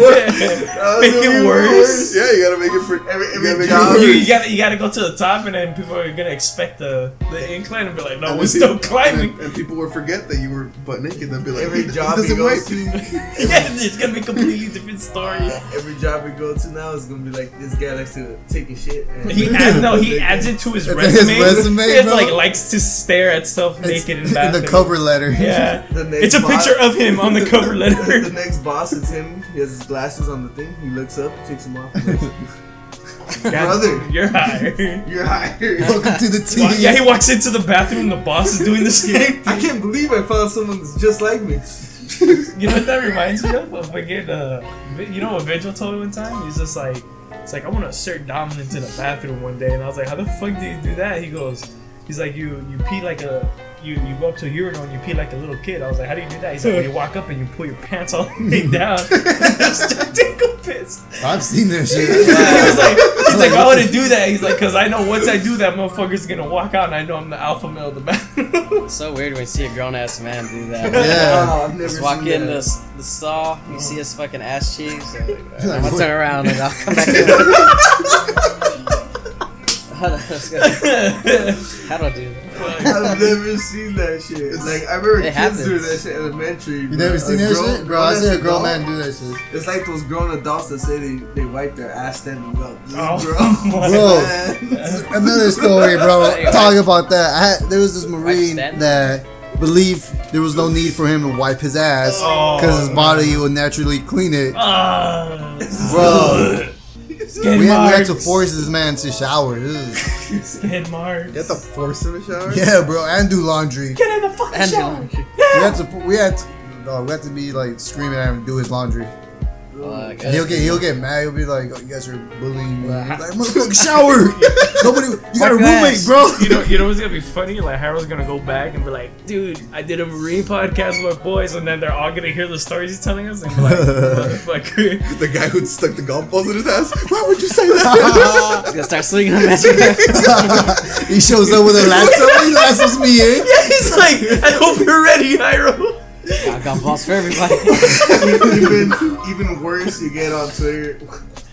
Speaker 5: worse. That was
Speaker 3: Make it
Speaker 5: even
Speaker 3: worse.
Speaker 2: yeah, you gotta make it for
Speaker 5: Every-
Speaker 2: you
Speaker 5: every
Speaker 2: gotta make
Speaker 5: job-
Speaker 3: Oh, You,
Speaker 2: it
Speaker 3: you gotta you gotta go to the top and then people are gonna expect the, the incline and be like, no,
Speaker 2: And
Speaker 3: we're
Speaker 2: then
Speaker 3: still
Speaker 2: people-
Speaker 3: climbing.
Speaker 2: and, and people would forget that you were butt naked. They'd be like,
Speaker 5: Every
Speaker 2: "It- it
Speaker 5: job he
Speaker 2: doesn't
Speaker 5: goes
Speaker 2: wipe."
Speaker 5: to,
Speaker 3: yeah, it's gonna be a completely different story.
Speaker 5: every job we go to now is gonna be like this guy likes to take a shit. And
Speaker 3: He adds no, he adds it to his
Speaker 4: It's
Speaker 3: resume.
Speaker 4: his resume,
Speaker 3: It's
Speaker 4: bro.
Speaker 3: like likes to stare at self
Speaker 4: It's
Speaker 3: naked in
Speaker 4: in
Speaker 3: bathroom.
Speaker 4: the cover letter.
Speaker 3: Yeah,
Speaker 5: The next
Speaker 3: it's a
Speaker 5: boss-
Speaker 3: picture of him on the cover
Speaker 5: the
Speaker 3: letter.
Speaker 5: next boss, it's him. He has his glasses on the thing. He looks up, takes them off. and goes,
Speaker 3: God,
Speaker 5: Brother.
Speaker 3: you're hired.
Speaker 5: You're hired.
Speaker 4: Welcome to the team.
Speaker 3: Wa- Yeah, he walks into the bathroom. The boss is doing the same.
Speaker 5: I can't believe I found someone that's just like me.
Speaker 3: You know what that reminds me of? Of again, uh, Vi- you know what Vigil told me one time? He's just like, it's like I want to assert dominance in a bathroom one day, and I was like, how the fuck do you do that? He goes, he's like, you you pee like a you you go up to a urinal and you pee like a little kid. I was like, how do you do that? He's like, well, you walk up and you pull your pants all the way down, and just take a piss.
Speaker 4: I've seen that
Speaker 3: He
Speaker 4: shit.
Speaker 3: was like, he's like, I wouldn't do that. He's like, cause I know once I do that, motherfucker's gonna walk out, and I know I'm the alpha male of the bathroom.
Speaker 1: It's so weird when you see a grown ass man do that.
Speaker 4: Yeah.
Speaker 5: Oh, I've never
Speaker 1: Just walk
Speaker 5: seen
Speaker 1: in the,
Speaker 5: that.
Speaker 1: s- the stall, you see his fucking ass cheeks. and
Speaker 4: Like,
Speaker 1: I'm gonna
Speaker 4: what-
Speaker 1: turn around and I'll come back. in. Hold on, let's go. How do I do that?
Speaker 3: fuck.
Speaker 5: I've never seen that shit. Like I remember
Speaker 1: It
Speaker 5: kids doing
Speaker 1: happens.
Speaker 5: that shit in elementary.
Speaker 4: You never seen that shit,
Speaker 5: oh,
Speaker 4: bro? I seen a grown man do that shit.
Speaker 5: It's like those grown adults that say they, they wipe their ass standing up. This
Speaker 3: Oh.
Speaker 5: grown
Speaker 4: Bro.
Speaker 5: man.
Speaker 4: Another story, bro. Talking about that, I had, there was this marine
Speaker 1: Wipe stand?
Speaker 4: that believed there was no need for him to wipe his ass because his
Speaker 3: Oh.
Speaker 4: body would naturally clean it.
Speaker 3: Ah.
Speaker 4: Bro,
Speaker 3: Skid
Speaker 4: we had, we had
Speaker 3: marks.
Speaker 4: to force this man to shower. This is-
Speaker 3: Skid marks.
Speaker 2: You have to force him to shower?
Speaker 4: yeah, bro, and do laundry.
Speaker 3: Get in the fucking
Speaker 1: And
Speaker 3: shower.
Speaker 1: the-
Speaker 4: We had to, we had to, dog, we had to be like screaming at him to do his laundry.
Speaker 1: Fuck,
Speaker 4: And he'll get, he'll get mad. He'll be like, "Oh, you guys are bullying me." He's like, motherfucking shower. Nobody, you got a
Speaker 1: your
Speaker 4: roommate,
Speaker 1: ass.
Speaker 4: bro.
Speaker 3: You know, you know what's gonna be funny? Like Harold's gonna go back and be like, "Dude, I did a marine podcast with boys," and then they're all gonna hear the stories he's telling us and be like, "Motherfucker,
Speaker 2: The guy who stuck the golf balls in his ass? Why would you say that?
Speaker 1: He's gonna start slinging a magic back.
Speaker 4: he shows up with a lasso. He lassos me eh? in.
Speaker 3: he's like, I hope you're ready, Harold."
Speaker 1: I got balls for everybody.
Speaker 5: even even worse, you get on Twitter.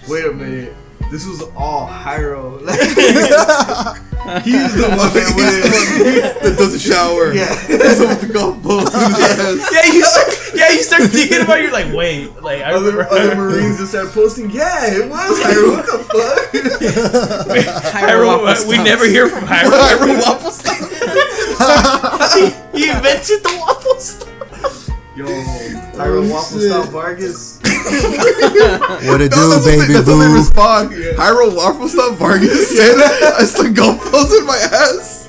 Speaker 5: Wait a minute, this was all Hyro. Like, he's the one that
Speaker 2: He's
Speaker 5: went. in.
Speaker 2: that doesn't shower.
Speaker 5: Yeah.
Speaker 2: Someone with the golf balls in his ass.
Speaker 3: Yeah, you start, yeah, you start thinking about. it, You're like, wait, like I
Speaker 5: Other,
Speaker 3: remember.
Speaker 5: other Marines just started posting, yeah, it was Hyro. What the fuck?
Speaker 3: Harold, uh, we never hear from Harold.
Speaker 2: Every waffle stop.
Speaker 3: he invented the waffle stop.
Speaker 5: Yo, Hyro Waffle
Speaker 4: shit.
Speaker 5: Stop Vargas.
Speaker 4: What it
Speaker 2: No,
Speaker 4: do,
Speaker 2: that's what they-
Speaker 4: baby
Speaker 2: that's what they
Speaker 4: boo?
Speaker 2: respond. Hyrule Waffle Stop Vargas said I stuck golf balls in my ass.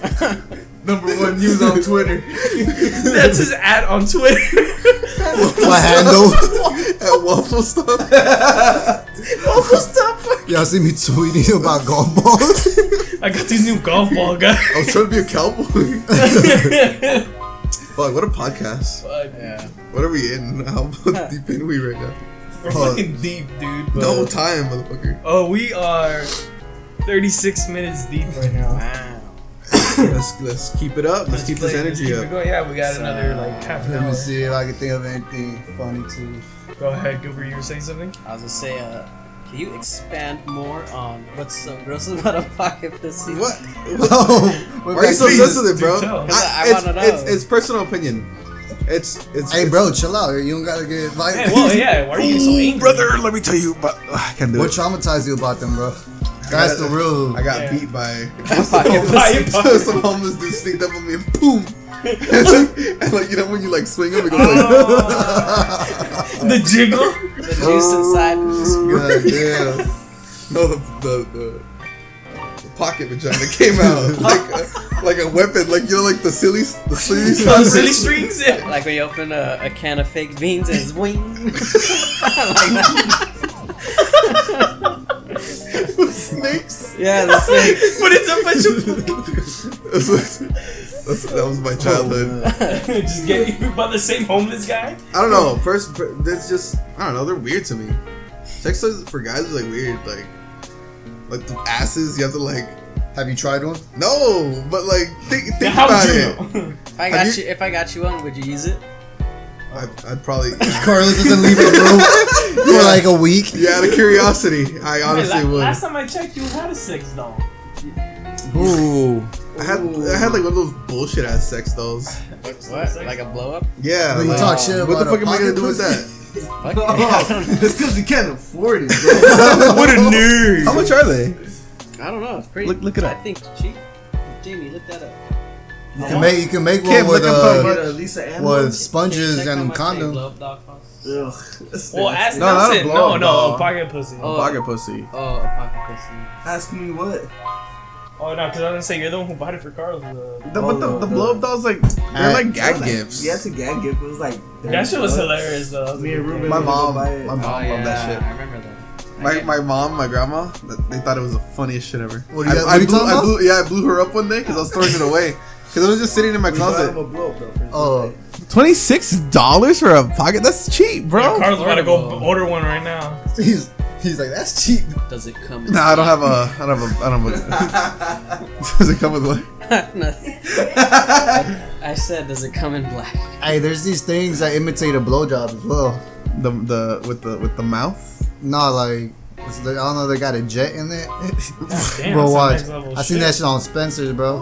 Speaker 5: Number one news on Twitter.
Speaker 3: That's his ad on Twitter.
Speaker 4: My handle.
Speaker 2: At Waffle Stop.
Speaker 3: waffle stop.
Speaker 4: Y'all see me tweeting about golf balls?
Speaker 3: I got this new golf ball, guy.
Speaker 2: I was trying to be a cowboy.
Speaker 3: Fuck.
Speaker 2: Fuck, what a podcast.
Speaker 1: Yeah.
Speaker 2: What are we in? How deep in we right now?
Speaker 3: We're
Speaker 2: Fuck.
Speaker 3: fucking deep, dude. But...
Speaker 2: The whole time, motherfucker.
Speaker 3: Oh, we are 36 minutes deep right now.
Speaker 1: Wow.
Speaker 2: let's, let's keep it up. Let's keep this
Speaker 3: Like,
Speaker 2: energy
Speaker 3: keep it
Speaker 2: up.
Speaker 3: going. Yeah, we got another like half an
Speaker 4: Let me
Speaker 3: hour.
Speaker 4: see if I can think of anything funny too.
Speaker 3: Go ahead, Goober. You were saying something?
Speaker 1: I was gonna say, uh, can you expand more on what's so gross about a pocket pussy?
Speaker 2: What?
Speaker 4: Oh, we're
Speaker 2: Why are you
Speaker 4: back
Speaker 2: so
Speaker 4: to
Speaker 2: obsessed
Speaker 4: this.
Speaker 2: with it, bro?
Speaker 3: Do tell.
Speaker 1: I
Speaker 2: it's,
Speaker 1: wanna know.
Speaker 2: It's, it's personal opinion. It's it's.
Speaker 4: Hey,
Speaker 2: it's-
Speaker 4: bro, chill out. You don't gotta get invited.
Speaker 3: Hey, well, yeah. Why are you so
Speaker 2: Ooh,
Speaker 3: angry,
Speaker 2: brother? Let me tell you, but ugh, I can't do
Speaker 4: What
Speaker 2: it.
Speaker 4: traumatized you about them, bro? That's the real.
Speaker 2: I got
Speaker 3: Yeah.
Speaker 2: beat by
Speaker 1: Pocket
Speaker 3: Why you-
Speaker 1: pussy.
Speaker 2: some homeless dude sneaked up on me and boom. and, like, and like you know when you like swing him, it goes
Speaker 1: Oh.
Speaker 2: like.
Speaker 3: Oh. the jiggle.
Speaker 1: The juice inside.
Speaker 4: God damn.
Speaker 2: No, the the, the, the pocket vagina came out like a, like a weapon, like you know, like the silly the silly
Speaker 3: Oh,
Speaker 2: stuff.
Speaker 3: silly strings. Yeah.
Speaker 1: Like when you open a, a can of fake beans and it's wing. like that.
Speaker 2: snakes.
Speaker 1: Yeah, that's
Speaker 3: but
Speaker 1: it.
Speaker 3: it's a bunch of
Speaker 2: That's what- that's- that was my childhood.
Speaker 3: just get you by the same homeless guy.
Speaker 2: I don't know. First, fir- that's just I don't know. They're weird to me. Sex toys for guys is like weird. Like like the asses. You have to like
Speaker 4: Have you tried one?
Speaker 2: no, but like think think
Speaker 3: How
Speaker 2: about
Speaker 3: would you
Speaker 2: it.
Speaker 3: know?
Speaker 1: If I
Speaker 2: Have
Speaker 1: got
Speaker 2: you-
Speaker 1: you, if I got you one, would you use it?
Speaker 2: I, I'd probably
Speaker 4: Carlos doesn't leave his room for like a week.
Speaker 2: yeah. Out of curiosity, I honestly
Speaker 3: Hey, la-
Speaker 2: would.
Speaker 3: Last time I checked, you had a sex doll.
Speaker 4: Ooh.
Speaker 2: I had I had like one of those bullshit ass sex dolls.
Speaker 1: What? Like a blow up?
Speaker 2: Yeah.
Speaker 4: When you
Speaker 2: like-
Speaker 4: talk shit about
Speaker 2: What the
Speaker 4: a
Speaker 2: fuck am I gonna
Speaker 4: pocket
Speaker 2: do with
Speaker 4: pussy?
Speaker 2: that?
Speaker 1: Fuck. I
Speaker 5: Oh,
Speaker 1: don't know.
Speaker 5: it's because you can't afford it, bro.
Speaker 2: what a nerd! How much are they?
Speaker 1: I don't know. It's pretty.
Speaker 2: Look- look it up.
Speaker 1: I think cheap. Jamie, look that up.
Speaker 4: You can make you can make one
Speaker 2: Can't
Speaker 4: with
Speaker 2: look up
Speaker 5: You
Speaker 4: uh
Speaker 5: get a Lisa Ann one?
Speaker 4: with sponges
Speaker 1: Check how
Speaker 4: and
Speaker 1: much they
Speaker 4: condoms.
Speaker 1: blow up dog costs.
Speaker 5: Ugh, that's
Speaker 3: Well, ask
Speaker 5: nasty.
Speaker 2: No, not a
Speaker 3: Nelson.
Speaker 2: blow
Speaker 3: No,
Speaker 2: up
Speaker 3: no,
Speaker 2: doll.
Speaker 3: oh, pocket pussy.
Speaker 1: Oh.
Speaker 2: Pocket pussy.
Speaker 1: Oh, a pocket pussy.
Speaker 5: ask me what.
Speaker 3: Oh no, because I was gonna say you're the one who bought it for Carlos. Uh,
Speaker 2: The, but the, the blow up dolls like they're
Speaker 4: Alright.
Speaker 2: like gag
Speaker 5: Like,
Speaker 2: gifts.
Speaker 5: Yeah, it's a gag gift. It was like
Speaker 3: that shit was
Speaker 5: $30.
Speaker 3: hilarious though.
Speaker 5: Me and Ruben.
Speaker 2: my mom,
Speaker 5: Buy it.
Speaker 2: my mom
Speaker 1: oh,
Speaker 2: loved
Speaker 1: yeah,
Speaker 2: that shit.
Speaker 1: I remember that.
Speaker 2: My,
Speaker 1: Okay.
Speaker 2: my mom, my grandma, th- they thought it was the funniest shit ever.
Speaker 4: What are you-
Speaker 2: I,
Speaker 4: what
Speaker 2: I
Speaker 4: are you
Speaker 2: blew,
Speaker 4: talking
Speaker 2: I
Speaker 4: about?
Speaker 2: blew, yeah, I blew her up one day because I was throwing it away because it was just sitting in my
Speaker 5: We bought him
Speaker 2: closet.
Speaker 5: a blow up though. for his
Speaker 4: Oh,
Speaker 5: birthday.
Speaker 2: Twenty six dollars for a pocket? That's cheap,
Speaker 3: Yeah,
Speaker 2: bro.
Speaker 3: Carlos about to go
Speaker 1: Horrible.
Speaker 3: order one right now.
Speaker 4: he's he's like that's cheap.
Speaker 1: Does it come?
Speaker 2: Nah, I don't have a, I don't have a, I don't have a. Does it come with what?
Speaker 1: Nothing. I said, does it come in black?
Speaker 4: Hey, there's these things that imitate a blowjob as well.
Speaker 2: The the with the with the mouth.
Speaker 4: No, like it's the- I don't know, they got a jet in it.
Speaker 3: Damn, that's some
Speaker 4: bro, watch.
Speaker 3: next level
Speaker 4: I seen
Speaker 3: shit.
Speaker 4: that shit on Spencer's, bro.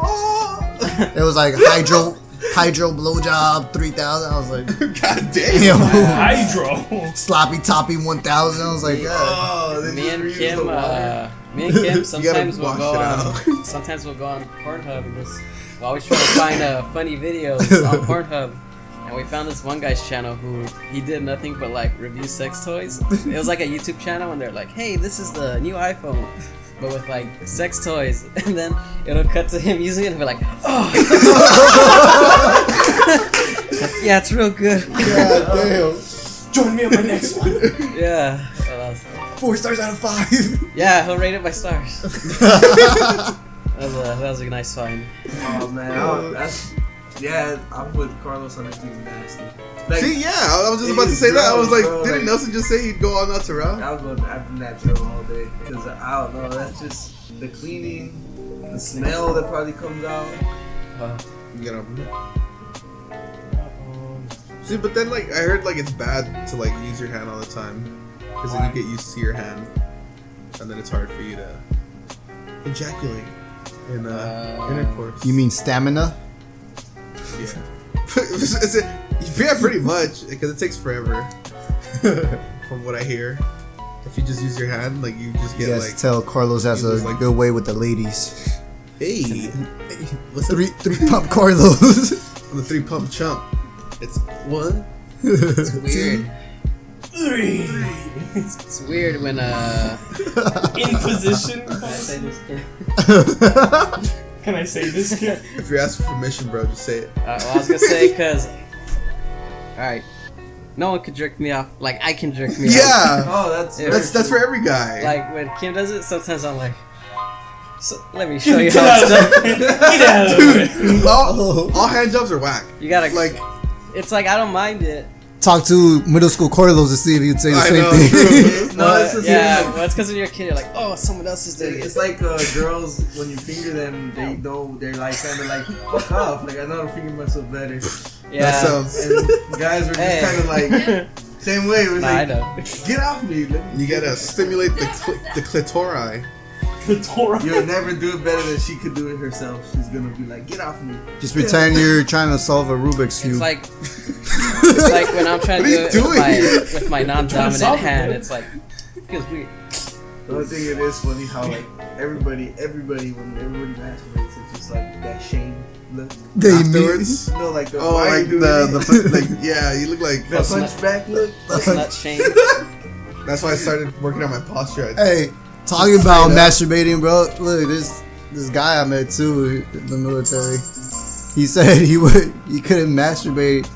Speaker 4: It was like hydro hydro blowjob three thousand. I was like
Speaker 2: God damn.
Speaker 4: yo,
Speaker 3: Hydro.
Speaker 4: sloppy toppy one thousand. I was like, God.
Speaker 5: Oh, they
Speaker 1: Me
Speaker 5: just
Speaker 1: and
Speaker 5: reused the
Speaker 1: Kim,
Speaker 5: water.
Speaker 1: uh, me and Kim sometimes
Speaker 2: you
Speaker 1: will
Speaker 2: gotta
Speaker 1: go
Speaker 2: wash it
Speaker 1: on, sometimes we'll go on Pornhub and just we always try to find uh, funny videos on Pornhub. And we found this one guy's channel who he did nothing but like review sex toys. It was like a YouTube channel, and they're like, "Hey, this is the new iPhone." But with like sex toys, and then it'll cut to him using it and be like, oh! yeah, it's real good.
Speaker 4: God damn.
Speaker 3: Join me on my next one.
Speaker 1: Yeah. Well, that was-
Speaker 4: Four stars out of five.
Speaker 1: Yeah, he'll rate it by stars. That was a, that was a nice find.
Speaker 5: Oh man, I, that's yeah. I'm with Carlos on this thing nasty. Like,
Speaker 2: See, yeah, I was just
Speaker 5: It
Speaker 2: about to
Speaker 5: is
Speaker 2: say that. I
Speaker 5: gross,
Speaker 2: was like,
Speaker 5: bro,
Speaker 2: didn't
Speaker 5: like-
Speaker 2: Nelson just say he'd go on that to rock?
Speaker 5: I was going after that drill all day because I don't know. That's just the cleaning, the smell that probably comes out.
Speaker 1: Uh,
Speaker 2: Get up. See, but then like I heard like it's bad to like use your hand all the time because then you get used to your hand, and then it's hard for you to ejaculate in uh,
Speaker 1: Uh,
Speaker 2: intercourse.
Speaker 4: You mean stamina?
Speaker 2: Yeah. Is it- yeah, pretty much, because it takes forever, from what I hear. If you just use your hand, like you just get
Speaker 4: yes.
Speaker 2: like,
Speaker 4: tell Carlos has
Speaker 2: you
Speaker 4: a
Speaker 2: just like-
Speaker 4: good way with the ladies.
Speaker 2: hey, what's
Speaker 4: Three three pump Carlos.
Speaker 2: i the three pump chump. It's one.
Speaker 1: it's weird. It's weird when uh.
Speaker 3: In position.
Speaker 1: I say this kid-
Speaker 3: Can I say this? Kid?
Speaker 2: If you're asking for permission, bro, just say it.
Speaker 1: Uh, well, I was gonna say because. All right, no one can jerk me off like I can jerk me off.
Speaker 2: Yeah,
Speaker 5: Oh, that's
Speaker 1: Yeah,
Speaker 2: that's that's for every guy.
Speaker 1: Like when Kim does it, sometimes I'm like, so, let me show you
Speaker 3: Get
Speaker 1: how
Speaker 3: out
Speaker 1: it's done.
Speaker 3: of there. Get out of there.
Speaker 2: Dude, all, all hand jobs are whack.
Speaker 1: You gotta
Speaker 2: Like
Speaker 1: like. It's like I don't mind it.
Speaker 4: Talk to middle school Carlos to see if he'd say the
Speaker 2: I
Speaker 4: same
Speaker 2: know,
Speaker 4: thing.
Speaker 2: true.
Speaker 5: No,
Speaker 1: but,
Speaker 5: it's the same.
Speaker 1: yeah. Well, it's because when you're a kid, you're like, oh, someone else is doing
Speaker 5: It's
Speaker 1: it.
Speaker 5: like uh, girls when you finger them, they know they're like kind of like fuck off. Like I know how to finger myself better.
Speaker 1: Yeah.
Speaker 2: that sounds.
Speaker 5: And guys were just
Speaker 1: Hey.
Speaker 5: kind of like same way. It was
Speaker 1: Nah, I
Speaker 5: like
Speaker 1: know.
Speaker 5: get off me. Let me
Speaker 2: You gotta stimulate the cl- the clitori.
Speaker 3: The Torah.
Speaker 5: You'll never do it better than she could do it herself. She's gonna be like, get off me.
Speaker 4: um, Just pretend you're trying to solve a Rubik's
Speaker 1: It's
Speaker 4: cube.
Speaker 1: like it's like when I'm trying to
Speaker 2: What
Speaker 1: do
Speaker 2: are you
Speaker 1: it with
Speaker 2: doing?
Speaker 1: my, with my
Speaker 3: trying to
Speaker 1: non-dominant
Speaker 3: solve it,
Speaker 1: hand,
Speaker 3: man.
Speaker 1: it's like feels weird.
Speaker 5: The only thing it is funny how like everybody, everybody, when everybody masturbates, it's just like that shame look.
Speaker 4: They mean-
Speaker 2: Afterwards.
Speaker 5: No, like the
Speaker 2: Oh,
Speaker 5: why are you
Speaker 2: like
Speaker 5: doing
Speaker 2: the,
Speaker 5: it?
Speaker 2: the fu- like yeah, you look like
Speaker 5: the punchback look.
Speaker 1: That's not shame.
Speaker 2: That's why I started working on my posture. I,
Speaker 4: Hey, talking about
Speaker 2: Straight up.
Speaker 4: masturbating, bro. Look, this this guy I met too in the military. He said he would he couldn't masturbate,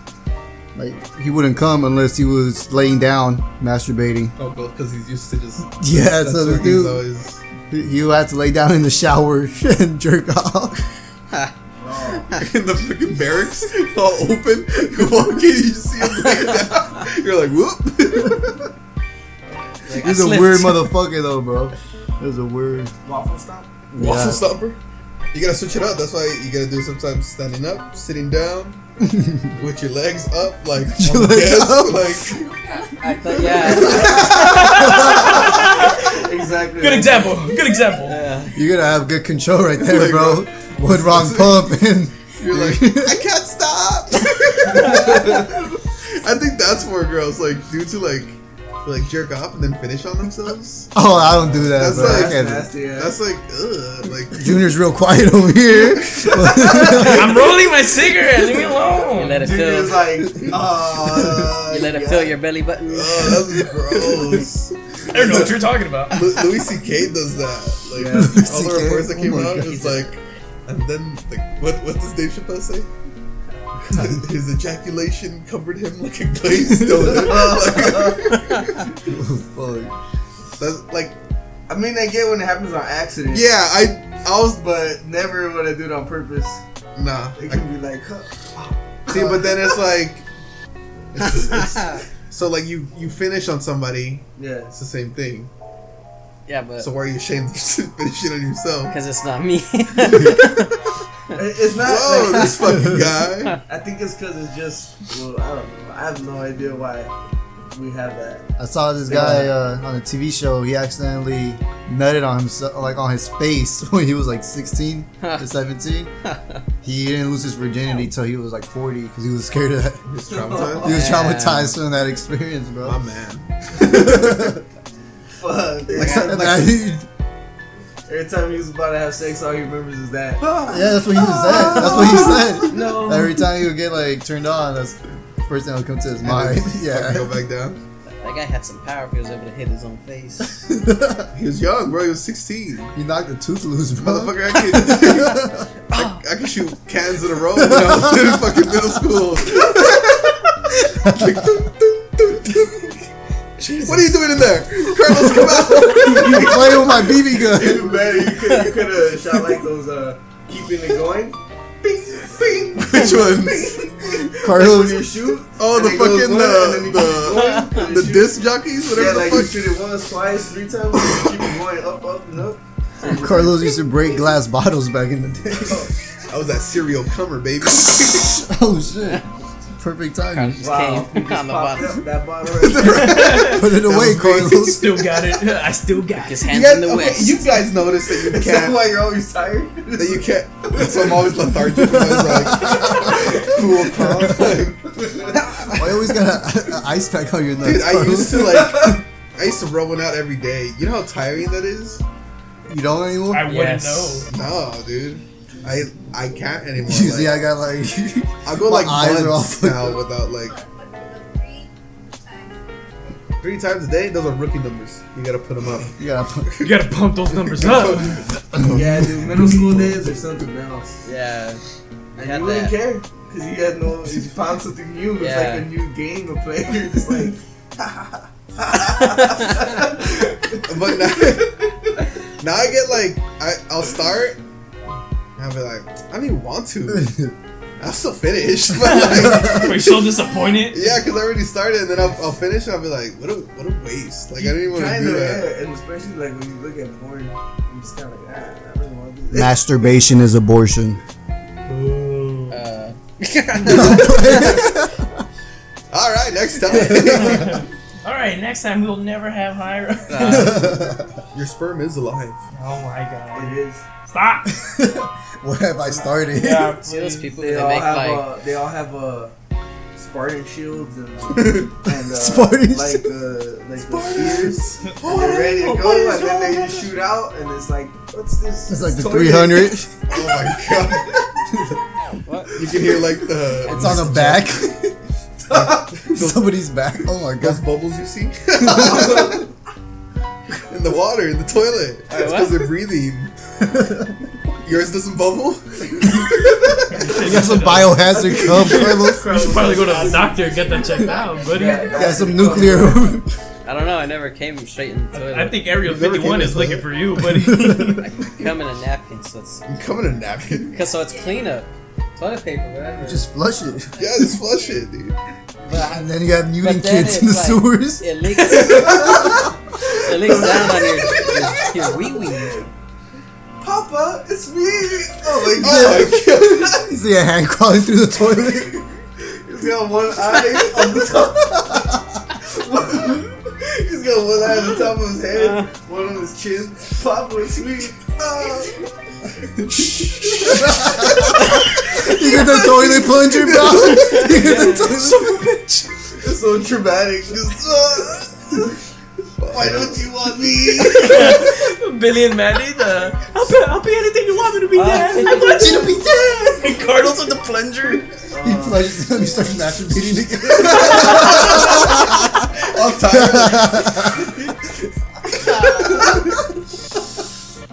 Speaker 4: like he wouldn't come unless he was laying down masturbating.
Speaker 2: oh, because he's used to just.
Speaker 4: Yeah, so the
Speaker 2: what he's
Speaker 4: dude
Speaker 2: always.
Speaker 4: he would have to lay down in the shower and jerk off.
Speaker 5: Oh,
Speaker 2: in the fucking barracks, all open. You walk in, you just see him laying down. You're like, whoop.
Speaker 1: Like, I
Speaker 4: He's a
Speaker 1: slipped.
Speaker 4: weird motherfucker though, bro. It was a weird.
Speaker 5: waffle stop.
Speaker 2: Waffle
Speaker 4: Yeah.
Speaker 2: stopper. You gotta switch it up. That's why you gotta do sometimes standing up, sitting down, with your legs up, like on the
Speaker 4: legs
Speaker 2: desk,
Speaker 4: up.
Speaker 2: like
Speaker 1: I thought, yeah,
Speaker 5: Exactly.
Speaker 3: Good example. Good example.
Speaker 1: yeah.
Speaker 4: You're gonna have good control right there,
Speaker 2: Like,
Speaker 4: bro. One wrong pump and
Speaker 2: you're like, I can't stop. I think that's where girls like dudes who like who, like jerk off and then finish on themselves.
Speaker 4: oh, I don't do that.
Speaker 2: That's
Speaker 4: bro. I
Speaker 2: like-
Speaker 5: That's
Speaker 4: can't do that.
Speaker 5: nasty. Yeah.
Speaker 2: That's like, ugh, like
Speaker 4: Junior's real quiet over here.
Speaker 3: I'm rolling my cigarette. Leave me
Speaker 1: You let
Speaker 3: alone.
Speaker 1: it
Speaker 5: Junior's
Speaker 1: fill.
Speaker 5: like, uh,
Speaker 1: You let it
Speaker 5: yeah.
Speaker 1: fill your belly button.
Speaker 2: oh, that's gross.
Speaker 3: I don't know what you're talking about.
Speaker 2: Lu- Louis C.K. does that. Like
Speaker 5: Yeah.
Speaker 2: all the
Speaker 4: Louis
Speaker 2: reports
Speaker 4: CK?
Speaker 2: that came
Speaker 4: Oh my
Speaker 2: out,
Speaker 4: God.
Speaker 2: it's like, and then like, what what does Dave Chappelle say? His, his ejaculation covered him like a glazed donut. like,
Speaker 4: Oh, Fuck.
Speaker 2: that's, like,
Speaker 5: I mean, I get when it happens on accident.
Speaker 2: yeah, I I was
Speaker 5: But never when I do it on purpose.
Speaker 2: nah.
Speaker 5: It
Speaker 2: I-
Speaker 5: can be like, huh.
Speaker 2: see, but then it's like, it's- it's- so like you you finish on somebody,
Speaker 5: yeah.
Speaker 2: it's the same thing.
Speaker 1: Yeah, but
Speaker 2: So why are you ashamed of finishing on yourself?
Speaker 1: because it's not me.
Speaker 5: It- It's not.
Speaker 2: Whoa,
Speaker 5: like-
Speaker 2: this fucking guy.
Speaker 5: I think it's because it's just. Well, I don't know. I have no idea why we have that.
Speaker 4: I saw this guy uh, on a TV show. He accidentally nutted on himself, like on his face, when he was like 16 or 17. He didn't lose his virginity till he was like 40 because he was scared of that.
Speaker 2: It's traumatized.
Speaker 4: He was
Speaker 1: Yeah.
Speaker 4: traumatized from that experience, bro.
Speaker 2: My man.
Speaker 5: Fuck.
Speaker 4: Like, so-
Speaker 5: man.
Speaker 4: like, he-
Speaker 5: Every time he was about to have sex, all he remembers is that.
Speaker 2: Ah.
Speaker 4: yeah, that's what he said. That's what he said.
Speaker 1: No.
Speaker 4: Every time he would get like turned on, that's the first thing that would come to his mind.
Speaker 2: Fucking
Speaker 4: Yeah.
Speaker 2: Go back down.
Speaker 1: That guy had some power if he was able to hit his own face.
Speaker 2: He was young, bro. He was 16.
Speaker 4: he knocked a tooth loose, bro.
Speaker 2: Motherfucker, I could, I, I could shoot cans in a row when I was in fucking middle school. Like, dun, dun, dun, dun. What are you doing in there? Colonels, come out!
Speaker 4: I'm playing with my BB gun.
Speaker 5: Even better, you could you could have shot like those uh keeping it going. Bing, bing.
Speaker 2: Which ones?
Speaker 5: When you
Speaker 4: Carlos,
Speaker 5: shoot,
Speaker 2: Oh,
Speaker 5: and
Speaker 2: the
Speaker 5: it goes
Speaker 2: fucking,
Speaker 5: one,
Speaker 2: uh,
Speaker 5: and then you keep
Speaker 2: the-
Speaker 5: going, and
Speaker 2: The
Speaker 5: you shoot.
Speaker 2: disc jockeys? Whatever
Speaker 5: Yeah, like
Speaker 2: the
Speaker 5: you
Speaker 2: fuck.
Speaker 5: shoot it once, twice, three times, and you keep it going up, up, and up.
Speaker 4: Carlos used to break glass bottles back in the day.
Speaker 2: I was that serial comer, baby.
Speaker 4: oh shit! Perfect timing.
Speaker 1: Just
Speaker 5: Wow,
Speaker 1: came
Speaker 5: you just
Speaker 1: on the
Speaker 5: popped
Speaker 1: bottom.
Speaker 5: up that bottle. Right
Speaker 4: Put it away,
Speaker 2: was me.
Speaker 4: Carlos.
Speaker 3: Still got it. I still got
Speaker 1: His
Speaker 3: it.
Speaker 1: hands
Speaker 2: Yeah,
Speaker 1: in the
Speaker 2: okay,
Speaker 1: whist.
Speaker 2: you guys notice that you
Speaker 5: there. Is that
Speaker 2: can't.
Speaker 5: why you're always tired?
Speaker 2: that you can't. That's why I'm always lethargic. I was like, cool, calm.
Speaker 4: Why you always got an ice pack on your nuts?
Speaker 2: Dude, I
Speaker 4: Carlos?
Speaker 2: used to like. I used to rub one out every day. You know how tiring that is?
Speaker 4: You don't anymore.
Speaker 3: I wouldn't
Speaker 1: Yes.
Speaker 2: No, dude. I I can't anymore.
Speaker 4: Usually,
Speaker 2: like,
Speaker 4: I got like.
Speaker 2: I, go
Speaker 4: my
Speaker 2: like
Speaker 4: eyes are
Speaker 2: months
Speaker 4: all-
Speaker 2: now without like three times a day. Those are rookie numbers. You gotta put them up.
Speaker 4: you gotta put,
Speaker 3: know. You gotta pump those numbers up.
Speaker 5: yeah, dude, middle school days or something else.
Speaker 1: Yeah. I
Speaker 5: And
Speaker 1: had
Speaker 5: you
Speaker 1: that.
Speaker 5: wouldn't care because you had no. You found something new. It's
Speaker 1: Yeah.
Speaker 5: like a new game to play. You're just like.
Speaker 2: But now, now I get like I I'll start. and I'll be like, I don't even want to. I'll still finish, but like,
Speaker 3: We're so disappointed.
Speaker 2: yeah, because I already started, and then I'll, I'll finish, and I'll be like, what a what a waste! Like I didn't even want to
Speaker 5: Kinda,
Speaker 2: do that.
Speaker 5: yeah, and especially like when you look at porn, I'm just kind of like, ah, I don't want to do that.
Speaker 4: masturbation is abortion.
Speaker 1: Uh,
Speaker 2: All right, next time.
Speaker 3: All right, next time we'll never have Hyra.
Speaker 1: uh,
Speaker 2: Your sperm is alive.
Speaker 3: oh my god!
Speaker 5: It is.
Speaker 3: Stop.
Speaker 4: Where have I started?
Speaker 1: see those people
Speaker 5: They
Speaker 1: that
Speaker 5: all
Speaker 1: make
Speaker 5: have
Speaker 1: like
Speaker 5: uh, they all have uh, Spartan shields and, and uh,
Speaker 4: Spartan
Speaker 5: like the like the spears.
Speaker 2: Oh,
Speaker 5: They're ready to
Speaker 3: oh, what
Speaker 5: go,
Speaker 3: is
Speaker 5: and then
Speaker 3: wrong
Speaker 5: they
Speaker 3: with
Speaker 5: shoot out, and it's like, what's this?
Speaker 4: It's like the
Speaker 5: toilet?
Speaker 4: 300.
Speaker 2: Oh my god!
Speaker 1: what?
Speaker 2: You can hear like the
Speaker 4: It's on the back. Somebody's back. Oh my
Speaker 2: Those
Speaker 4: god.
Speaker 2: bubbles you see in the water in the toilet. It's
Speaker 1: Wait, what?
Speaker 2: because they're breathing. Yours doesn't bubble.
Speaker 4: You got some biohazard cum, Carlos.
Speaker 3: You should probably go to the doctor and get that checked out, buddy.
Speaker 5: Yeah,
Speaker 4: You got some
Speaker 5: that's-
Speaker 4: nuclear.
Speaker 1: I don't know. I never came straight in the toilet.
Speaker 3: I think Area
Speaker 2: never
Speaker 3: 51
Speaker 2: came
Speaker 3: is
Speaker 2: to
Speaker 3: looking
Speaker 2: the-
Speaker 3: for you, buddy.
Speaker 1: come in a napkin, so it's
Speaker 2: I'm coming in a napkin.
Speaker 1: cause so it's cleanup, toilet paper, whatever.
Speaker 4: Just flush it.
Speaker 2: Yeah, just flush it, dude.
Speaker 4: And then you got
Speaker 1: But
Speaker 4: mutant
Speaker 1: then
Speaker 4: kids in the
Speaker 1: it's like-
Speaker 4: sewers.
Speaker 1: it leaks. it leaks down on your your, your wee wee.
Speaker 5: Papa, it's me. Oh my god,
Speaker 2: Oh my god!
Speaker 4: You see a hand crawling through the toilet.
Speaker 5: he's got one eye on the top. he's got one eye on the top of his
Speaker 2: Uh.
Speaker 5: head, one on his chin. Papa, it's me. Oh.
Speaker 4: You get the toilet plunger, bro. You get the toilet
Speaker 5: It's so traumatic. Just, uh, why don't you want me?
Speaker 3: Billy and Maddie, the I'll be, I'll be anything you want me to be, Dad. I want you to be Dad. And Cardinals with the plunger.
Speaker 4: He flushes him. He starts masturbating again.
Speaker 2: I'm tired.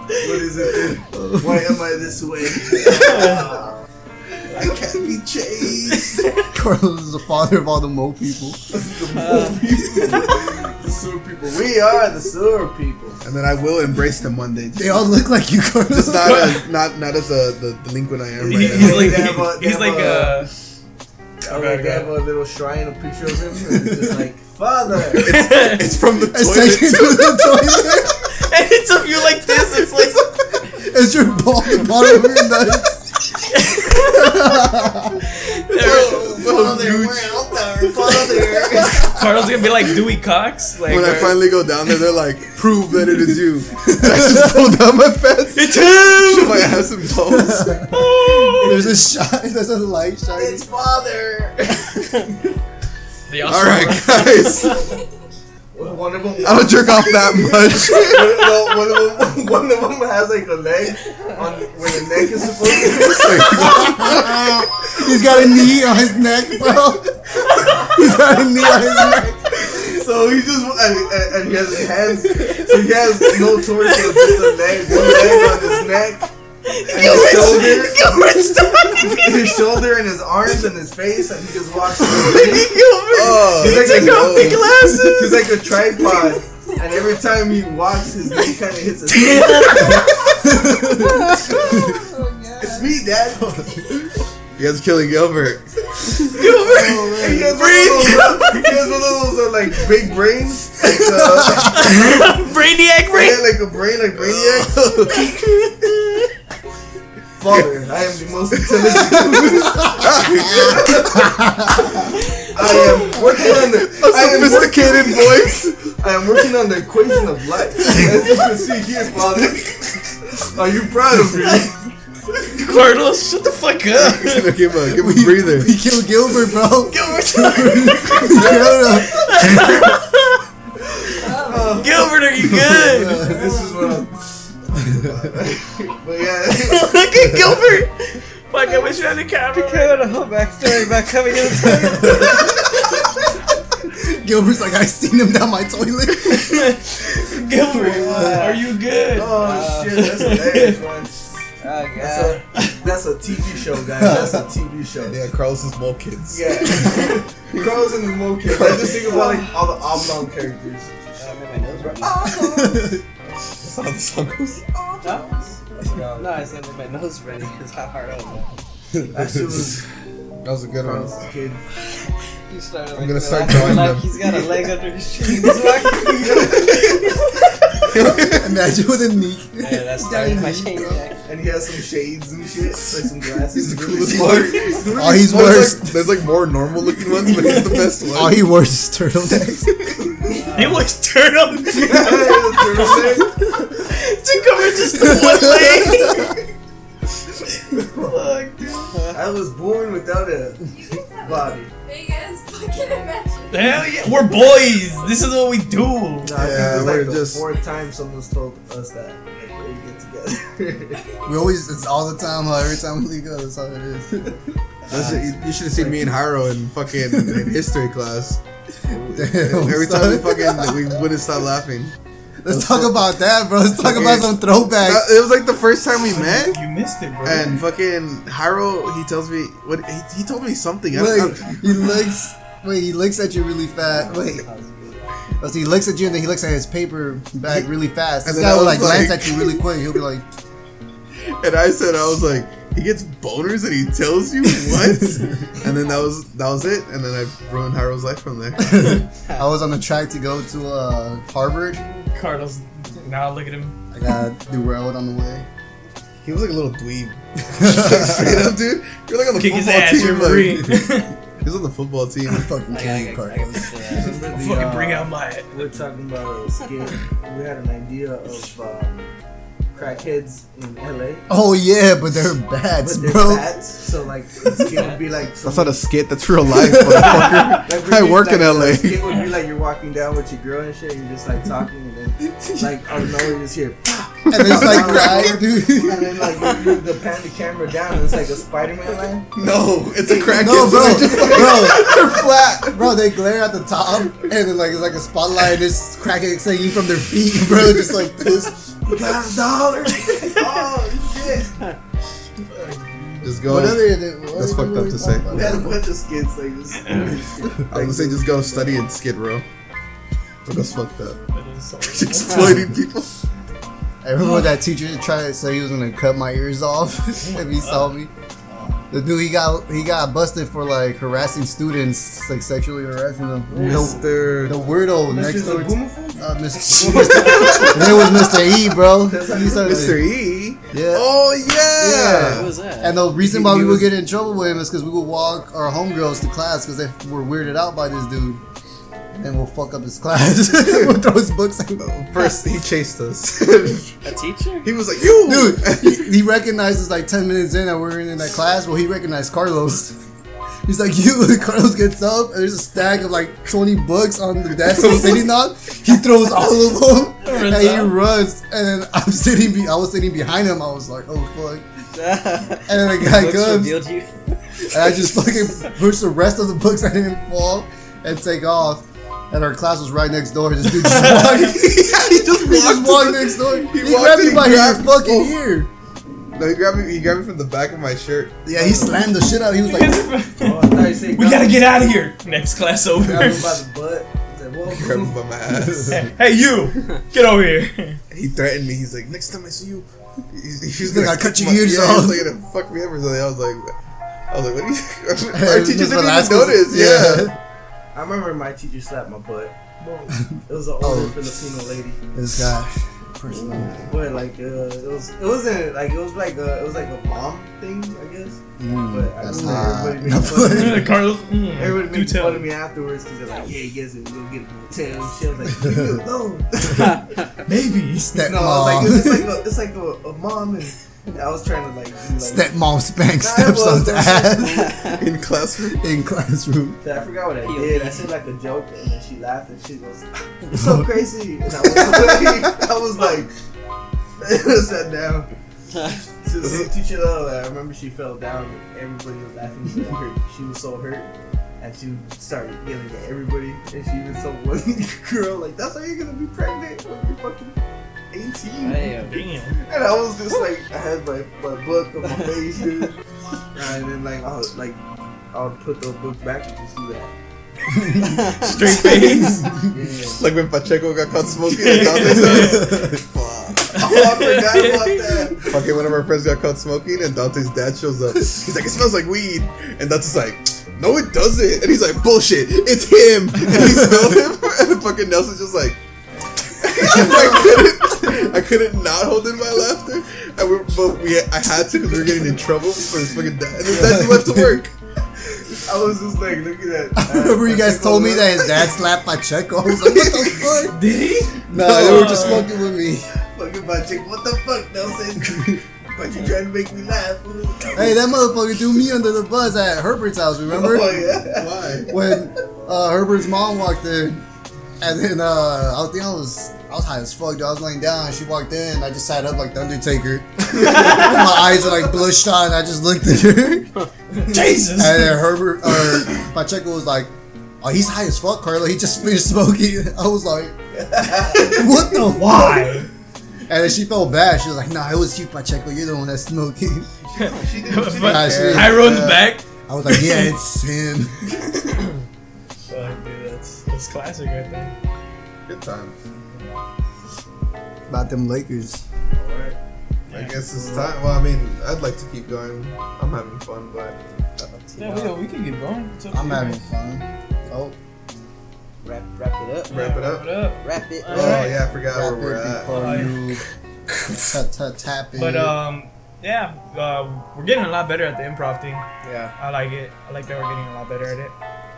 Speaker 5: What is it? Why am I this way?
Speaker 2: I can't be chased.
Speaker 4: Carlos is the father of all the mole people.
Speaker 5: The sewer people. We are the sewer people.
Speaker 2: And then I will embrace them one day.
Speaker 4: They all look like you, Carlos.
Speaker 2: Just not as not not as a, the delinquent I am
Speaker 3: He-
Speaker 2: right
Speaker 3: he's
Speaker 2: now.
Speaker 3: like,
Speaker 5: They have a- they
Speaker 3: he's
Speaker 5: have
Speaker 3: like,
Speaker 5: a-
Speaker 3: uh,
Speaker 5: Oh, like they have a little shrine, a picture of him, and it's just like, Father!
Speaker 2: It's, it's from the
Speaker 4: It's taken
Speaker 2: toilet.
Speaker 4: to the
Speaker 3: and it's of you like this. It's like,
Speaker 4: toilet. It's your ball, the bottom of your nuts.
Speaker 2: Little
Speaker 5: Father,
Speaker 2: gooch.
Speaker 5: we're out there, Father!
Speaker 3: Carl's gonna be like Dewey Cox. Like, uh,
Speaker 2: When I
Speaker 3: where-
Speaker 2: finally go down there, they're like, "Prove that it is you." I just pull down my pants.
Speaker 3: it's him.
Speaker 2: Should I have some balls?
Speaker 4: There's a shine. There's a light shining.
Speaker 5: father.
Speaker 3: They also
Speaker 2: All right, guys.
Speaker 5: One of them.
Speaker 2: I don't jerk off that much.
Speaker 5: no, Oh, one of them. One of them has like a leg on where the neck is supposed to. be.
Speaker 4: He's got a knee on his neck, bro. He's got a knee on his neck.
Speaker 5: So he just and, and, and he has his hands. So he has no torso, just a leg, one leg on his neck, and his shoulder, his shoulder, and his arms, and his face, and he just walks. He's
Speaker 2: oh,
Speaker 5: like, a,
Speaker 2: glasses.
Speaker 5: he's like a tripod, and every time he walks, his knee kind of hits his. it's me, Dad.
Speaker 2: You guys are killing Gilbert.
Speaker 5: And he has one of those- He has one of those uh, like big brains, like, uh,
Speaker 3: Brainiac
Speaker 5: he
Speaker 3: Brain.
Speaker 5: had, like a brain like brainiac. Father, I am the most intelligent. I am working on the
Speaker 2: A
Speaker 5: I am work-
Speaker 2: sophisticated voice.
Speaker 5: I am working on the equation of life. As you can see here, Father. Are you proud of me?
Speaker 3: Carlos, shut the fuck up.
Speaker 2: No, give him a give him a breather.
Speaker 4: He killed Gilbert, bro. He killed him.
Speaker 3: Gilbert, are you good?
Speaker 5: This is what I'm But yeah,
Speaker 3: Look at Gilbert. Fuck, I wish you had a camera.
Speaker 1: a whole backstory about coming in.
Speaker 4: Gilbert's like, I seen him down my toilet.
Speaker 3: Gilbert, are you good?
Speaker 5: oh shit, that's hilarious, man.
Speaker 1: Oh
Speaker 5: That's
Speaker 1: god.
Speaker 5: a, that's a TV show, guys. That's a TV show.
Speaker 2: Yeah, Carlos is small kids.
Speaker 5: Yeah. Crows and the Mo kids. I just think about like all the oblong characters.
Speaker 1: Oh.
Speaker 2: That's how the song goes.
Speaker 1: No, no, I said that my nose running because how hard I was.
Speaker 5: That shit was
Speaker 2: That was a good
Speaker 5: Crows
Speaker 2: one.
Speaker 5: kid.
Speaker 1: He started
Speaker 2: I'm gonna
Speaker 1: like
Speaker 2: start
Speaker 1: laughing
Speaker 2: drawing
Speaker 1: like
Speaker 2: them.
Speaker 1: He's got a leg under his chin. He's walking.
Speaker 4: Imagine with a knee.
Speaker 1: Yeah, that's started my chain back.
Speaker 5: And he has some shades and shit, like some glasses.
Speaker 2: He's the
Speaker 5: Really
Speaker 2: coolest
Speaker 5: smart.
Speaker 2: one.
Speaker 4: Oh, he's
Speaker 2: Well, there's
Speaker 4: worse.
Speaker 2: Like, there's like more normal looking ones, but he's the best one.
Speaker 4: All he wears is turtlenecks.
Speaker 3: It was turtle to
Speaker 5: Turtleneck.
Speaker 3: cover just the one leg.
Speaker 5: I was born without a body.
Speaker 6: Big ass fucking imagine.
Speaker 3: Hell yeah, we're boys. This is what we do.
Speaker 5: Nah,
Speaker 2: Yeah,
Speaker 5: yeah, this is
Speaker 2: we're
Speaker 5: like the
Speaker 2: just-
Speaker 5: fourth time someone's told us that. Like, when we get together.
Speaker 4: We always, it's all the time. Like, every time we go, that's how it is.
Speaker 2: That's it. you should have seen me and Hiro in fucking in history class.
Speaker 4: Damn,
Speaker 2: Every
Speaker 4: Oh, son.
Speaker 2: time we fucking we wouldn't stop laughing.
Speaker 4: Let's talk about that, bro. Let's talk about some
Speaker 2: That,
Speaker 4: throwbacks.
Speaker 2: it was like the first time we met.
Speaker 3: You missed it, bro.
Speaker 2: And fucking Hiro, he tells me what he, he told me something. I
Speaker 4: Wait,
Speaker 2: don't, I,
Speaker 4: he looks. Wait, he looks at you really fast. Wait. Oh, so he looks at you and then he looks at his paper bag really fast.
Speaker 2: And
Speaker 4: This
Speaker 2: then
Speaker 4: guy
Speaker 2: I
Speaker 4: will
Speaker 2: was
Speaker 4: like glance
Speaker 2: like-
Speaker 4: at you really quick. He'll be like,
Speaker 2: and I said I was like, he gets boners and he tells you what? and then that was that was it. And then I ruined Hiro's life from there.
Speaker 4: I was on the track to go to uh, Harvard.
Speaker 3: Carlos, now look at him.
Speaker 4: I got derailed on the way.
Speaker 2: He was like a little dweeb. Straight up, dude. You're like on the football
Speaker 3: Kick his ass,
Speaker 2: team.
Speaker 3: you're
Speaker 2: Like,
Speaker 3: free.
Speaker 2: he's on the football team.
Speaker 4: Fucking
Speaker 1: I
Speaker 4: candy
Speaker 1: got- I
Speaker 4: cart.
Speaker 1: got this, uh,
Speaker 5: Remember the,
Speaker 3: Fucking
Speaker 5: uh,
Speaker 3: bring out my.
Speaker 5: We're talking about a skit. We had an idea of um, crackheads in LA.
Speaker 4: Oh yeah, but they're bats,
Speaker 5: But they're
Speaker 4: bro.
Speaker 5: fat, so like the skit would be like.
Speaker 2: That's not a skit. That's real life, motherfucker.
Speaker 5: like,
Speaker 2: I
Speaker 5: we'd be,
Speaker 2: work
Speaker 5: like,
Speaker 2: in LA.
Speaker 5: The skit would be like you're walking down with your girl and shit. And you're just like talking, and then like out of nowhere you just hear,
Speaker 4: And they're just like crying, dude.
Speaker 5: and then like you, you the pan the camera down, and it's like a Spider-Man line.
Speaker 2: No, it's a crackhead.
Speaker 4: No, bro,
Speaker 2: Just
Speaker 4: bro, they're flat, bro. They glare at the top, and then like it's like a spotlight, and it's cracking, it's hanging from their feet, bro. Just like this.
Speaker 5: Got a dollar. oh shit!
Speaker 2: just
Speaker 4: What
Speaker 2: go.
Speaker 4: other- what
Speaker 2: That's
Speaker 4: other
Speaker 2: fucked up
Speaker 4: we
Speaker 2: to
Speaker 4: talk
Speaker 2: say.
Speaker 4: about?
Speaker 5: We had a bunch of skits like this.
Speaker 2: I was gonna say just go study in Skid Row. That's fucked up.
Speaker 3: That is so-
Speaker 2: Exploiting people.
Speaker 4: I remember that teacher tried to say he was gonna cut my ears off if he saw me. The dude he got he got busted for like harassing students, like sexually harassing them. The,
Speaker 2: Mister.
Speaker 4: the weirdo next
Speaker 5: Next
Speaker 4: door.
Speaker 5: to
Speaker 4: To, uh, Mr. it was Mr. E, bro. He started-
Speaker 2: Mr. E.
Speaker 4: Yeah.
Speaker 2: Oh
Speaker 1: What
Speaker 2: yeah.
Speaker 1: was that?
Speaker 4: And the reason
Speaker 2: He-
Speaker 4: why
Speaker 2: he
Speaker 4: we
Speaker 2: was-
Speaker 4: would get in trouble with him is because we would walk our homegirls to class because they were weirded out by this dude. and then we'll fuck up his class. we'll throw his books at him.
Speaker 2: First, he chased us.
Speaker 1: A teacher?
Speaker 2: he was like, "You,
Speaker 4: Dude, he, he recognizes like 10 minutes in that we're in that class. Well, he recognized Carlos. He's like, you. Carlos gets up, and there's a stack of like 20 books on the desk he's sitting on. He throws all of them, and
Speaker 3: Runs
Speaker 4: he
Speaker 3: out.
Speaker 4: runs. And then I'm sitting, be- I was sitting behind him. I was like, oh fuck.
Speaker 1: and
Speaker 4: And then the guy comes,
Speaker 1: revealed you.
Speaker 4: and I just fucking pushed the rest of the books I didn't fall and take off. And our class was right next door. This dude just walked.
Speaker 2: he just
Speaker 4: he just
Speaker 2: walked,
Speaker 4: walked next door. He,
Speaker 2: He walked
Speaker 4: grabbed me
Speaker 2: in,
Speaker 4: by his
Speaker 2: grabbed-
Speaker 4: fucking
Speaker 2: oh.
Speaker 4: ear.
Speaker 2: No, he grabbed me. He grabbed me from the back of my shirt.
Speaker 4: Yeah, he slammed the shit out. He was like,
Speaker 5: Oh, I thought you said
Speaker 3: we
Speaker 5: grab-
Speaker 3: gotta get out of here. Next class over.
Speaker 5: Grab him by the butt. I said, "Whoa."
Speaker 2: Grabbed me by my ass.
Speaker 3: hey, hey, you, get over here.
Speaker 2: He threatened me. He's like, "Next time I see you, he- he's
Speaker 4: gonna cut your ears
Speaker 2: yeah,
Speaker 4: off."
Speaker 2: He's like, gonna fuck me up or something." I was like, "I was like, what are you?"
Speaker 4: Hey,
Speaker 2: Our teachers
Speaker 4: Miss
Speaker 2: didn't even
Speaker 4: Velasquez-
Speaker 2: notice. Yeah.
Speaker 5: I remember my teacher slapped my butt. It was an older
Speaker 4: Oh.
Speaker 5: Filipino lady.
Speaker 4: This guy. Personal.
Speaker 5: But like uh, it was it wasn't like it was like a it was like a mom thing, I guess. But I
Speaker 4: that's
Speaker 5: remember
Speaker 4: hot.
Speaker 5: everybody made fun of me.
Speaker 3: Carlos, mm,
Speaker 5: Everybody
Speaker 3: do
Speaker 5: made
Speaker 3: tell.
Speaker 5: fun of me afterwards because they're like, Yeah, you guys are gonna get a motel and shit. I was like, Leave me alone.
Speaker 3: Maybe.
Speaker 5: No, I
Speaker 4: Stepmom.
Speaker 5: was like, it's like a, it's like a, a mom and and I was trying to like, be like
Speaker 4: Stepmom spank
Speaker 5: I was,
Speaker 4: stepson's
Speaker 5: I was-
Speaker 4: ass
Speaker 2: in classroom.
Speaker 4: in classroom.
Speaker 5: I forgot what I
Speaker 1: Ew.
Speaker 5: did. I said like a joke and then she laughed and she goes, It's so crazy and I was like I was like sat down. So
Speaker 4: Uh-huh.
Speaker 5: the teacher though, I remember she fell down. and Everybody was laughing. She was, hurt. she was so hurt, and she started yelling at everybody. And she even told one girl like, "That's how you're gonna be pregnant when you're fucking 18."
Speaker 1: Damn.
Speaker 3: Damn.
Speaker 5: And I was just like, I had my, my book on my face, dude. and then like I was like, I would put the book back and just do that.
Speaker 3: Straight face.
Speaker 5: Yeah.
Speaker 2: Like when Pacheco got caught smoking at Dante's house. Fuck.
Speaker 5: oh, I forgot about that.
Speaker 2: Okay, one of our friends got caught smoking, and Dante's dad shows up. He's like, "It smells like weed," and Dante's like. No, it doesn't. And he's like, bullshit, it's him. And he smelled him. And fucking Nelson's just like, I couldn't, I couldn't not hold in my laughter. And we, but we, I had to because we were getting in trouble for his fucking dad. And his dad he left to work.
Speaker 5: I was just like, look at that.
Speaker 4: I remember you guys told me that his dad slapped Pacheco. I was like, what the fuck?
Speaker 3: Did he?
Speaker 4: No, they were just fucking with me.
Speaker 5: Fucking Patrick, what the fuck, Nelson? But you trying to make me laugh? fool.
Speaker 4: Hey, that motherfucker threw me under the bus at Herbert's house, remember?
Speaker 5: Oh, yeah.
Speaker 2: Why?
Speaker 4: When uh, Herbert's mom walked in. And then uh, I think I was I was high as fuck. Dude. I was laying down. and She walked in. and I just sat up like the Undertaker. my eyes are like bloodshot. And I just looked at her.
Speaker 3: Jesus.
Speaker 4: And then Herbert or Pacheco was like, "Oh, he's high as fuck, Carlo. He just finished smoking." I was like, "What the why?"
Speaker 3: Why?
Speaker 4: And then she felt bad. She was like, "Nah, it was you, Pacheco. You're the one that's smoking."
Speaker 5: She didn't. She
Speaker 3: But
Speaker 5: didn't.
Speaker 4: Nah, she didn't-
Speaker 3: I rode the back.
Speaker 4: I was like, "Yeah, it's him."
Speaker 3: Fuck, dude, that's, that's classic right there.
Speaker 2: Good times.
Speaker 4: About them Lakers.
Speaker 5: Alright.
Speaker 2: I guess it's time. Well, I mean, I'd like to keep going. I'm having fun, but I have to
Speaker 3: Yeah, we, we can get going. It's okay.
Speaker 4: I'm having fun. Oh,
Speaker 1: Wrap, wrap it up.
Speaker 2: wrap it up.
Speaker 1: Wrap it
Speaker 2: Oh
Speaker 1: up.
Speaker 3: Alright.
Speaker 2: yeah, I forgot where
Speaker 4: wrap it
Speaker 2: we're at.
Speaker 4: before
Speaker 3: at.
Speaker 4: you tap tap tap it.
Speaker 3: But um, yeah, uh, we're getting a lot better at the improv thing.
Speaker 2: Yeah,
Speaker 3: I like it. I like that we're getting a lot better at it.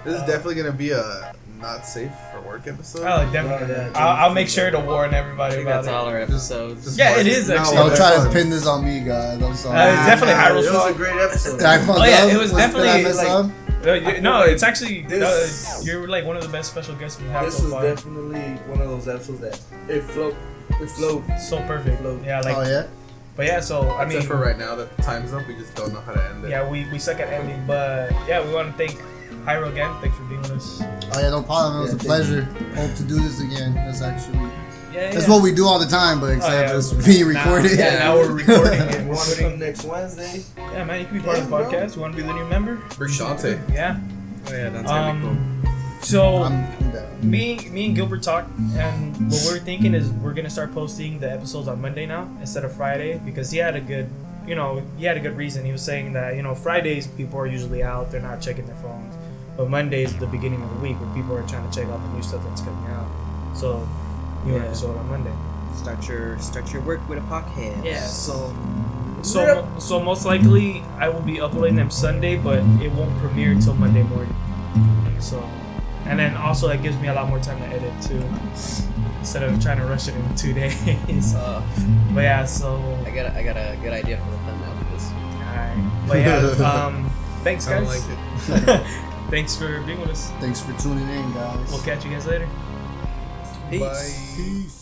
Speaker 2: this is definitely gonna be a not safe for work episode.
Speaker 3: I like definitely. I'll, I'll make sure to warn everybody
Speaker 1: I think
Speaker 3: about
Speaker 1: that's
Speaker 3: it.
Speaker 1: all our episodes.
Speaker 2: Just
Speaker 3: Yeah,
Speaker 2: mark
Speaker 3: it is
Speaker 2: now
Speaker 3: actually.
Speaker 2: we're
Speaker 4: don't try to
Speaker 2: done.
Speaker 4: pin this on me, guys. I'm sorry.
Speaker 3: Uh, definitely
Speaker 5: Nah,
Speaker 3: Hyro's
Speaker 5: It was
Speaker 3: fault.
Speaker 5: a great episode.
Speaker 4: Did I fuck
Speaker 3: Oh, yeah,
Speaker 4: up?
Speaker 3: it was
Speaker 4: did I
Speaker 3: definitely,
Speaker 4: mess
Speaker 5: like-
Speaker 4: up?
Speaker 3: Uh, you- no, it's actually
Speaker 5: This-
Speaker 3: uh, you're like one of the best special guests we've had
Speaker 5: This
Speaker 3: so
Speaker 5: was
Speaker 3: far.
Speaker 5: definitely one of those episodes that it flowed. It flowed.
Speaker 3: so perfect.
Speaker 5: Low.
Speaker 3: Yeah, like,
Speaker 4: oh yeah.
Speaker 3: but yeah. So I mean,
Speaker 2: Except for right now, that the time's up. We just don't know how to end it.
Speaker 3: yeah, we, we suck at ending, but yeah, we want to thank Hyro again. Thanks for being with us.
Speaker 4: Oh yeah, no problem. It was
Speaker 5: Yeah,
Speaker 4: a
Speaker 5: thank
Speaker 4: pleasure. Hope to do this again. That's actually
Speaker 3: Yeah, Oh,
Speaker 4: that's what we do all the time, but except
Speaker 3: yeah.
Speaker 4: it's being
Speaker 3: Now-
Speaker 4: recorded.
Speaker 3: yeah, now we're recording and we're
Speaker 5: Want to come
Speaker 3: putting.
Speaker 5: next Wednesday?
Speaker 3: Yeah, man, you can be part of the
Speaker 5: Yeah, bro.
Speaker 3: podcast. You want to be the new member?
Speaker 2: Bring Shante.
Speaker 3: Yeah.
Speaker 1: Oh yeah, that's gonna be cool.
Speaker 3: Um, so
Speaker 4: I'm, I'm down.
Speaker 3: me, me and Gilbert talked, and what we're thinking is we're gonna start posting the episodes on Monday now instead of Friday because he had a good, you know, he had a good reason. He was saying that you know Fridays people are usually out, they're not checking their phones, but Monday is the beginning of the week where people are trying to check out the new stuff that's coming out. So new
Speaker 1: Yeah.
Speaker 3: episode on Monday.
Speaker 1: Start your start your work with a podcast.
Speaker 3: Yeah, so so so most likely I will be uploading them Sunday, but it won't premiere till Monday morning. So and then also that gives me a lot more time to edit too, instead of trying to rush it in two days.
Speaker 1: Uh,
Speaker 3: But yeah, so
Speaker 1: I got a, I got a good idea for the thumbnail for this.
Speaker 3: Alright. But yeah, um, thanks
Speaker 2: I
Speaker 3: guys.
Speaker 2: don't like it.
Speaker 3: thanks for being with us.
Speaker 4: Thanks for tuning in, guys.
Speaker 3: We'll catch you guys later.
Speaker 1: Peace.
Speaker 2: Bye.
Speaker 4: Peace.